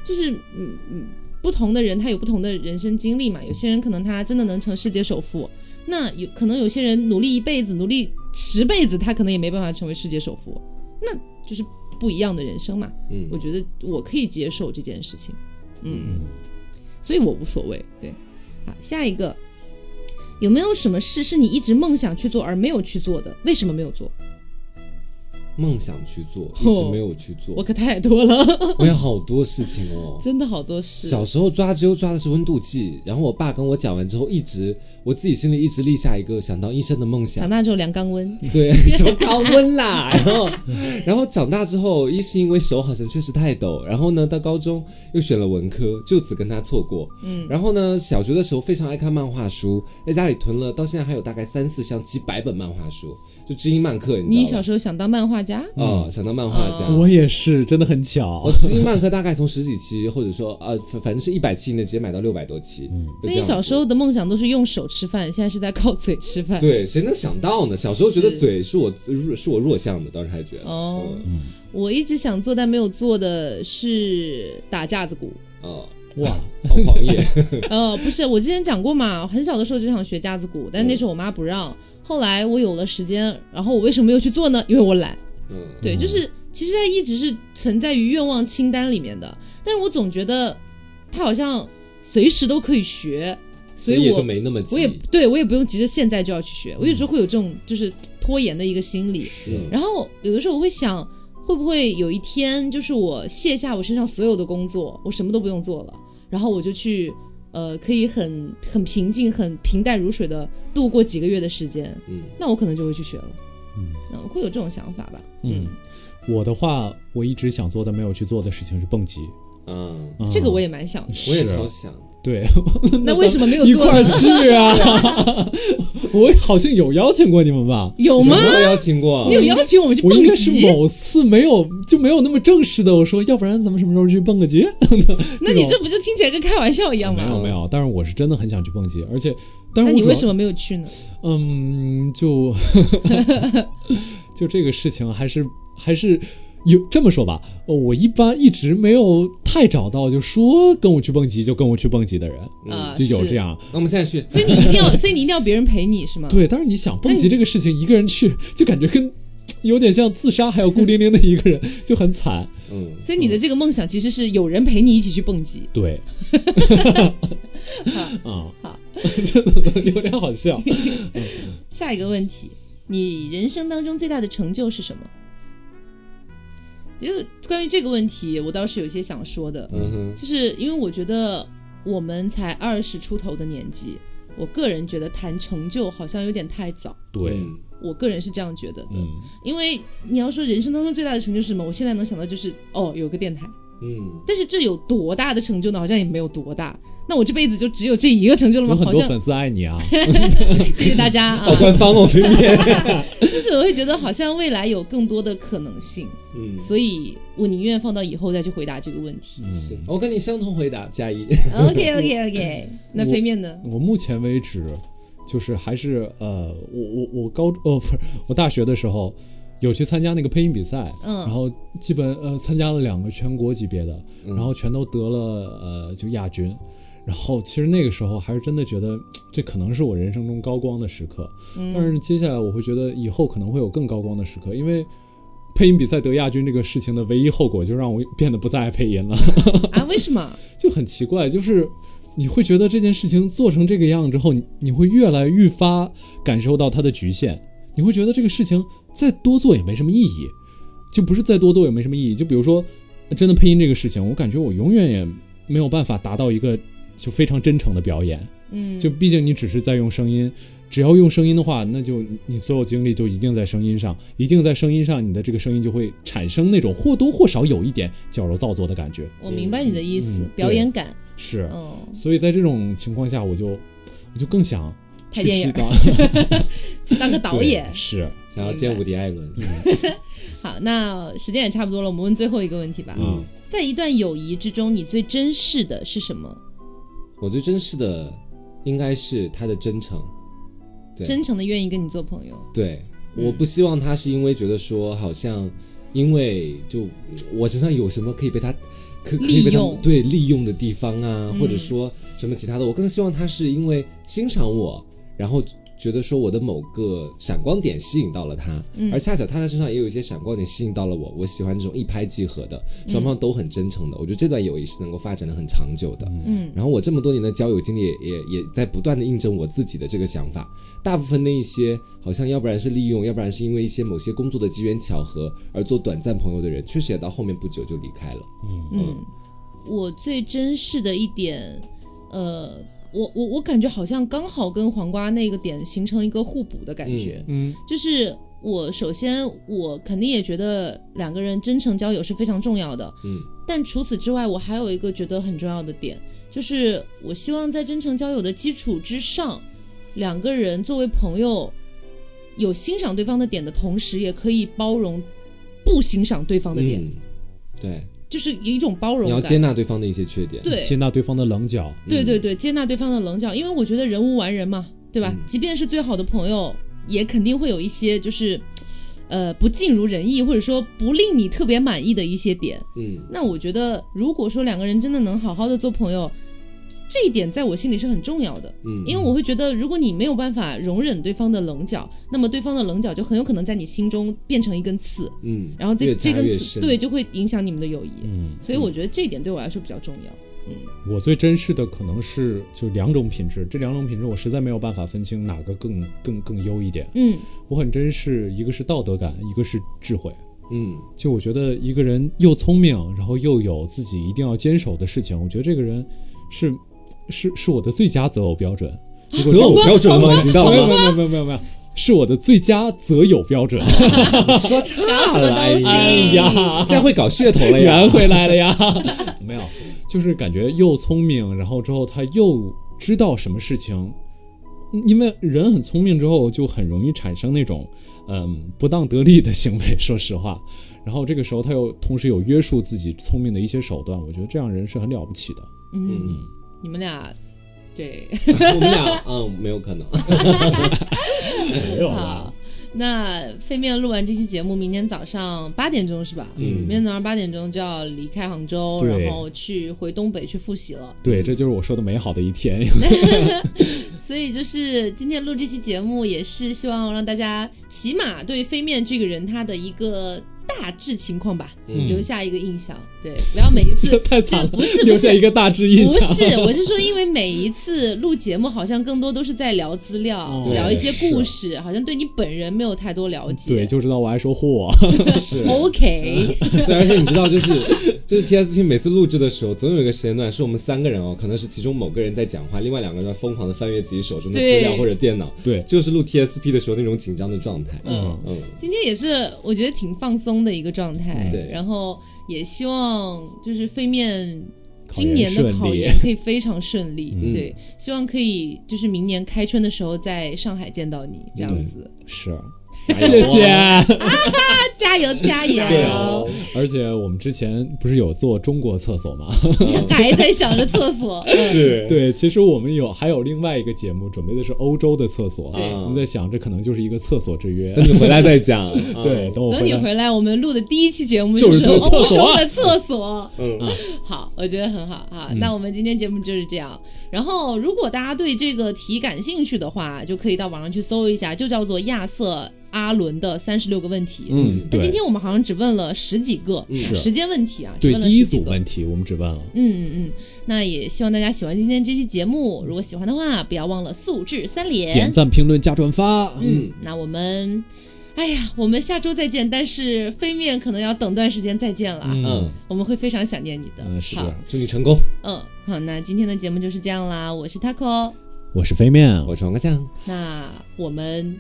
Speaker 2: 就是嗯嗯，不同的人他有不同的人生经历嘛，有些人可能他真的能成世界首富，那有可能有些人努力一辈子，努力十辈子，他可能也没办法成为世界首富，那就是不一样的人生嘛。
Speaker 3: 嗯
Speaker 2: 我觉得我可以接受这件事情，嗯，所以我无所谓。对，好，下一个。有没有什么事是你一直梦想去做而没有去做的？为什么没有做？
Speaker 3: 梦想去做，一
Speaker 2: 哦
Speaker 3: 直没有去做，
Speaker 2: 我可太多了，
Speaker 3: 我有好多事情哦。
Speaker 2: 真的好多事。
Speaker 3: 小时候抓阄抓的是温度计，然后我爸跟我讲完之后，一直我自己心里一直立下一个想当医生的梦想
Speaker 2: 长。大之后量肛温，
Speaker 3: 对，什么高温啦，然后，然后长大之后，一是因为手好像确实太抖，然后呢，到高中又选了文科，就此跟他错过。嗯，然后呢，小学的时候非常爱看漫画书，在家里囤了，到现在还有大概三四箱、几百本漫画书，就知音漫客，你
Speaker 2: 你
Speaker 3: 知
Speaker 2: 小嗯哦
Speaker 3: 道吗？
Speaker 2: 时候想当漫画家？
Speaker 3: 啊、想当漫画家。
Speaker 1: 我也是，真的很巧
Speaker 3: 我。知音漫客大概从十几期，或者说呃，反反正是一百期以内，直接买到六百多期。嗯，
Speaker 2: 所以你小时候的梦想都是用手吃饭，现在是在靠嘴吃饭。
Speaker 3: 对，谁能想到呢？小时候觉得
Speaker 2: 是
Speaker 3: 嘴是我弱是我弱项的，当时还觉得
Speaker 2: 哦
Speaker 3: 嗯
Speaker 2: 我一直想做但没有做的是打架子鼓，
Speaker 3: 哦，
Speaker 2: 嗯
Speaker 1: 哇，
Speaker 3: 好 狂野，
Speaker 2: 呃，不是，我之前讲过嘛，很小的时候就想学架子鼓，但是
Speaker 3: 嗯
Speaker 2: 那时候我妈不让。后来我有了时间，然后我为什么没有去做呢？因为我懒。
Speaker 3: 嗯，
Speaker 2: 对，就是其实它一直是存在于愿望清单里面的，但是我总觉得它好像随时都可以学，所
Speaker 3: 也
Speaker 2: 以
Speaker 3: 就
Speaker 2: 我
Speaker 3: 没那么急。嗯
Speaker 2: 我也对我也不用急着现在就要去学，我一直会有这种就是拖延的一个心理。
Speaker 3: 是，
Speaker 2: 然后有的时候我会想，会不会有一天，就是我卸下我身上所有的工作，我什么都不用做了，然后我就去，呃，可以很很平静、很平淡如水的度过几个月的时间，
Speaker 3: 嗯，
Speaker 2: 那我可能就会去学了，
Speaker 1: 嗯
Speaker 2: 嗯，会有这种想法吧，
Speaker 1: 嗯，我的话，我一直想做但没有去做的事情是蹦极。
Speaker 3: 嗯，
Speaker 1: 嗯、
Speaker 2: 这个我也 蛮想的，
Speaker 1: 是
Speaker 3: 我也超想，
Speaker 1: 对，
Speaker 2: 那为什么没 有
Speaker 1: 一
Speaker 2: 做
Speaker 1: 块儿
Speaker 2: 呢？
Speaker 1: 去啊！ 我好像有邀请过你们吧？
Speaker 2: 有
Speaker 3: 什
Speaker 2: 吗
Speaker 3: 么？时候邀请过嗯
Speaker 2: 你？有邀请我们去
Speaker 1: 我
Speaker 2: 蹦
Speaker 1: 应该是
Speaker 2: 极？
Speaker 1: 某次没有就没有那么正式的，我说要不然咱们什么时候去蹦个极？
Speaker 2: 那你这不就听起来跟开玩笑一样
Speaker 1: 没
Speaker 2: 吗？
Speaker 1: 有没有，但是我是真的很想去蹦极，而且但
Speaker 2: 那
Speaker 1: 是
Speaker 2: 你为
Speaker 1: 么
Speaker 2: 什么没有 去呢？
Speaker 1: 嗯就 就这个事情还是还是。有这么说吧，呃我一般一直没有太找到就说跟我去蹦极就跟我去蹦极的人，
Speaker 2: 啊，
Speaker 1: 就有这
Speaker 2: 是。
Speaker 1: 样。
Speaker 3: 那我们现在去，
Speaker 2: 所以你一定要，所以你一定要别人陪你是吗？
Speaker 1: 对，但是你想蹦
Speaker 2: 嗯那你
Speaker 1: 极这个事情，一个人去就感觉跟有点像自杀，还有孤零零的一个人，就很惨。
Speaker 3: 嗯，
Speaker 2: 所以你的这个梦想其实是有人陪你一起去蹦极。
Speaker 1: 对，啊，
Speaker 2: 好
Speaker 1: 真的 有点好笑。
Speaker 2: 下一个问题，你人生当中最大的成就是什么？就是关于这个问题，我倒是有一些想说的，
Speaker 3: 嗯哼，
Speaker 2: 就是因为我觉得我们才二十出头的年纪，我个人觉得谈成就好像有点太早，
Speaker 1: 对，
Speaker 3: 嗯
Speaker 2: 我个人是这样觉得的。
Speaker 1: 嗯，
Speaker 2: 因为你要说人生当中最大的成就是什么，我现在能想到就是哦，有个电台。
Speaker 3: 嗯，
Speaker 2: 但是这有多大的成就呢？好像也没有多大。那我这辈子就只有这一个成就了
Speaker 1: 有
Speaker 2: 吗？
Speaker 1: 很
Speaker 2: 好
Speaker 1: 多
Speaker 2: 像
Speaker 1: 粉丝爱 你啊。
Speaker 2: 谢谢大家啊
Speaker 3: 好！ 官方哦，对面，
Speaker 2: 就是我会觉得好像未来有更多的可能性，
Speaker 3: 嗯，
Speaker 2: 所以我宁愿放到以后再去回答这个问题。
Speaker 3: 是我跟你相同回答，加一，
Speaker 2: OK OK OK，那飞面呢？
Speaker 1: 嗯我目前为止，就是还是呃，我我我高哦不是我大学的时候有去参加那个配音比赛，
Speaker 2: 嗯
Speaker 1: 然后基本呃参加了两个全国级别的，
Speaker 3: 嗯
Speaker 1: 然后全都得了呃就亚军。然后其实那个时候还是真的觉得这可能是我人生中高光的时刻，但是接下来我会觉得以后可能会有更高光的时刻，因为配音比赛得亚军这个事情的唯一后果就让我变得不再爱配音了。
Speaker 2: 啊，为什么？
Speaker 1: 就很奇怪，就是你会觉得这件事情做成这个样之后，你你会越来愈发感受到它的局限，你会觉得这个事情再多做也没什么意义，就不是再多做也没什么意义。就比如说，真的配音这个事情，我感觉我永远也没有办法达到一个就非常真诚的表演，
Speaker 2: 嗯，
Speaker 1: 就毕竟你只是在用声音。只要用声音的话，那就你你所有精力就一定在声音上，一定在声音上，你的这个声音就会产生那种或多或少有一点矫揉造作的感觉。
Speaker 2: 我明白你的意思
Speaker 1: 嗯，
Speaker 2: 表演感，
Speaker 1: 是，
Speaker 2: 嗯，
Speaker 1: 所以在这种情况下，我就我就更想
Speaker 2: 拍
Speaker 1: 去
Speaker 2: 电影
Speaker 1: 去当
Speaker 2: 去当个导演
Speaker 1: 对。是，
Speaker 3: 想要见伍迪·艾伦，
Speaker 2: 好，那时间也差不多了，我们问最后一个问题吧。
Speaker 1: 嗯
Speaker 2: 在一段友谊之中，你最珍视的是什么？
Speaker 3: 我最珍视的应该是他的真诚，对
Speaker 2: 真诚的愿意跟你做朋友。
Speaker 3: 对，我不希望他是因为觉得说好像因为就嗯我身上有什么可以被他可可以被
Speaker 2: 利
Speaker 3: 他
Speaker 2: 用
Speaker 3: 对利用的地方啊，
Speaker 2: 嗯
Speaker 3: 或者说什么其他的，我更希望他是因为欣赏我，然后。觉得说我的某个闪光点吸引到了他，
Speaker 2: 嗯
Speaker 3: 而恰巧他在身上也有一些闪光点吸引到了我。我喜欢这种一拍即合的，双
Speaker 2: 嗯
Speaker 3: 方都很真诚的。我觉得这段友谊是能够发展的很长久的。
Speaker 2: 嗯
Speaker 3: 然后我这么多年的交友经历也也也在不断的印证我自己的这个想法。大部分那一些好像要不然是利用，要不然是因为一些某些工作的机缘巧合而做短暂朋友的人，确实也到后面不久就离开了。
Speaker 2: 嗯，我最珍视的一点，呃，我我我感觉好像刚好跟黄瓜那个点形成一个互补的感觉，
Speaker 1: 嗯
Speaker 2: 就是我首先我肯定也觉得两个人真诚交友是非常重要的，
Speaker 3: 嗯，
Speaker 2: 但除此之外，我还有一个觉得很重要的点，就是我希望在真诚交友的基础之上，两个人作为朋友，有欣赏对方的点的同时，也可以包容不欣赏对方的点，
Speaker 3: 嗯，对，
Speaker 2: 就是有一种包容
Speaker 3: 你
Speaker 2: 感。
Speaker 3: 要接纳对方的一些缺点。
Speaker 2: 对
Speaker 1: 接纳对方的棱角，
Speaker 3: 嗯
Speaker 2: 对对对，接纳对方的棱角，因为我觉得
Speaker 3: 嗯
Speaker 2: 人无完人嘛，对吧？即便是最好的朋友，也肯定会有一些就是，呃不尽如人意，或者说不令你特别满意的一些点。
Speaker 3: 嗯，
Speaker 2: 那我觉得，如果说两个人真的能好好的做朋友，这一点在我心里是很重要的。
Speaker 3: 嗯
Speaker 2: 因为我会觉得，如果你没有办法容忍对方的棱角，那么对方的棱角就很有可能在你心中变成一根刺，
Speaker 3: 嗯，
Speaker 2: 然后这
Speaker 3: 越
Speaker 2: 这
Speaker 3: 扎
Speaker 2: 根
Speaker 3: 越
Speaker 2: 刺
Speaker 3: 深
Speaker 2: 对就会影响你们的友谊。
Speaker 1: 嗯，
Speaker 2: 所以我觉得这一点对我来说比较重要。
Speaker 1: 我最珍视的可能是就两种品质，这两种品质我实在没有办法分清哪个更更更优一点。
Speaker 2: 嗯
Speaker 1: 我很珍视一个是道德感，一个是智慧。
Speaker 3: 嗯
Speaker 1: 就我觉得一个人又聪明，然后又有自己一定要坚守的事情，我觉得这个人是是是我的最佳择偶标准。如果
Speaker 3: 择偶
Speaker 1: 说
Speaker 3: 标准吗？你知 道
Speaker 1: 没有没
Speaker 3: 吗？
Speaker 1: 有没有没有没有，是我的最佳择友标准。
Speaker 3: 说差了，哎
Speaker 1: 哎
Speaker 3: 呀，
Speaker 1: 呀，
Speaker 3: 现在会搞噱头了呀
Speaker 1: 圆！回来了呀！没有，就是感觉又聪明，然后之后他又知道什么事情。因为人很聪明之后，就很容易产生那种嗯不当得利的行为。说实话，然后这个时候他又同时有约束自己聪明的一些手段，我觉得这样人是很了不起的。
Speaker 2: 嗯，
Speaker 3: 嗯，
Speaker 2: 你们俩对。
Speaker 3: 我们俩嗯没有可能，
Speaker 1: 没有
Speaker 2: 好，那费面录完这期节目，明天早上八点钟是吧？
Speaker 3: 嗯
Speaker 2: 明天早上八点钟就要离开杭州，
Speaker 1: 对
Speaker 2: 然后去回东北去复习了。
Speaker 1: 对，这就是我说的美好的一天。
Speaker 2: 所以就是今天录这期节目，也是希望让大家起码对飞面这个人他的一个大致情况吧，
Speaker 3: 嗯
Speaker 2: 留下一个印象。对，不要每一次
Speaker 1: 这太惨了，
Speaker 2: 不是不
Speaker 1: 留下一
Speaker 2: 是。
Speaker 1: 个大致印
Speaker 2: 不
Speaker 1: 象。
Speaker 2: 是，我是说，因为每一次录节目，好像更多都是在聊资料，
Speaker 1: 哦
Speaker 2: 聊一些
Speaker 3: 对
Speaker 2: 故事，好像对你本人没有太多了解。
Speaker 1: 对，就知道我爱说货。
Speaker 3: 是
Speaker 2: OK，
Speaker 3: 对，而且你知道，就是就是 TSP 每次录制的时候，总有一个时间段是我们三个人哦，可能是其中某个人在讲话，另外两个人在疯狂的翻阅自己手中的
Speaker 2: 对
Speaker 3: 资料或者电脑，
Speaker 1: 对
Speaker 3: 就是录 TSP 的时候那种紧张的状态。嗯嗯，
Speaker 2: 今天也是我觉得挺放松的一个状态，
Speaker 3: 嗯对
Speaker 2: 然后也希望就是飞面
Speaker 1: 考研
Speaker 2: 今年的考研
Speaker 1: 顺
Speaker 2: 可以非常顺利，
Speaker 1: 嗯
Speaker 2: 对，希望可以就是明年开春的时候在上海见到你这样子，
Speaker 1: 是，
Speaker 3: 加 油
Speaker 1: 谢
Speaker 3: 哦
Speaker 1: 谢。
Speaker 2: 加油加油！
Speaker 3: 对哦，
Speaker 1: 而且我们之前不是有做中国厕所吗？
Speaker 2: 还在想着厕所，嗯
Speaker 3: 是，
Speaker 1: 对，其实我们有还有另外一个节目，准备的是欧洲的厕所。啊
Speaker 2: 对
Speaker 1: 我们在想，这可能就是一个厕所之约。
Speaker 3: 等你回来再 讲。嗯
Speaker 1: 对，，等我
Speaker 2: 等你
Speaker 1: 来。
Speaker 2: 回来，我们录的第一期节目哦
Speaker 1: 就是是厕
Speaker 2: 欧
Speaker 1: 所啊
Speaker 2: 洲的厕所。
Speaker 3: 嗯，
Speaker 2: 好，我觉得很好啊。
Speaker 1: 嗯
Speaker 2: 那我们今天节目就是这样。然后，如果大家对这个题感兴趣的话，就可以到网上去搜一下，就叫做亚瑟阿伦的三十六个问题。
Speaker 1: 嗯，
Speaker 2: 那今
Speaker 1: 对嗯
Speaker 2: 天我们好像只问了十几个，
Speaker 1: 是
Speaker 2: 时间问题啊，只
Speaker 1: 对，
Speaker 2: 问了
Speaker 1: 第一
Speaker 2: 十几
Speaker 1: 组
Speaker 2: 个。
Speaker 1: 问题我们只问了。
Speaker 2: 嗯嗯嗯，那也希望大家喜欢今天这期节目。如果喜欢的话，不要忘了素质三
Speaker 1: 点
Speaker 2: 连。
Speaker 1: 赞、评论、加转发，
Speaker 2: 嗯，那我们，哎呀，我们下周再见。但是飞面可能要等段时间再见了啊，
Speaker 1: 嗯
Speaker 3: 嗯，
Speaker 2: 我们会非常想念你的。
Speaker 1: 嗯是
Speaker 2: 好，
Speaker 3: 祝你成功。
Speaker 2: 嗯，好，那今天的节目就是这样啦。我是 Taco，
Speaker 1: 我是飞面，
Speaker 3: 我是王个酱，
Speaker 2: 那我们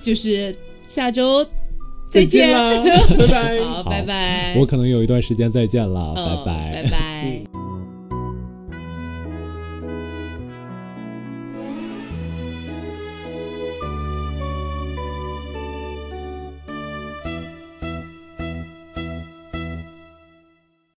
Speaker 2: 就是下周再见，
Speaker 3: 啦，拜拜。
Speaker 2: 好，拜拜，
Speaker 1: 我可能有一段时间再见了，拜
Speaker 2: 嗯
Speaker 1: 拜。
Speaker 2: 拜拜。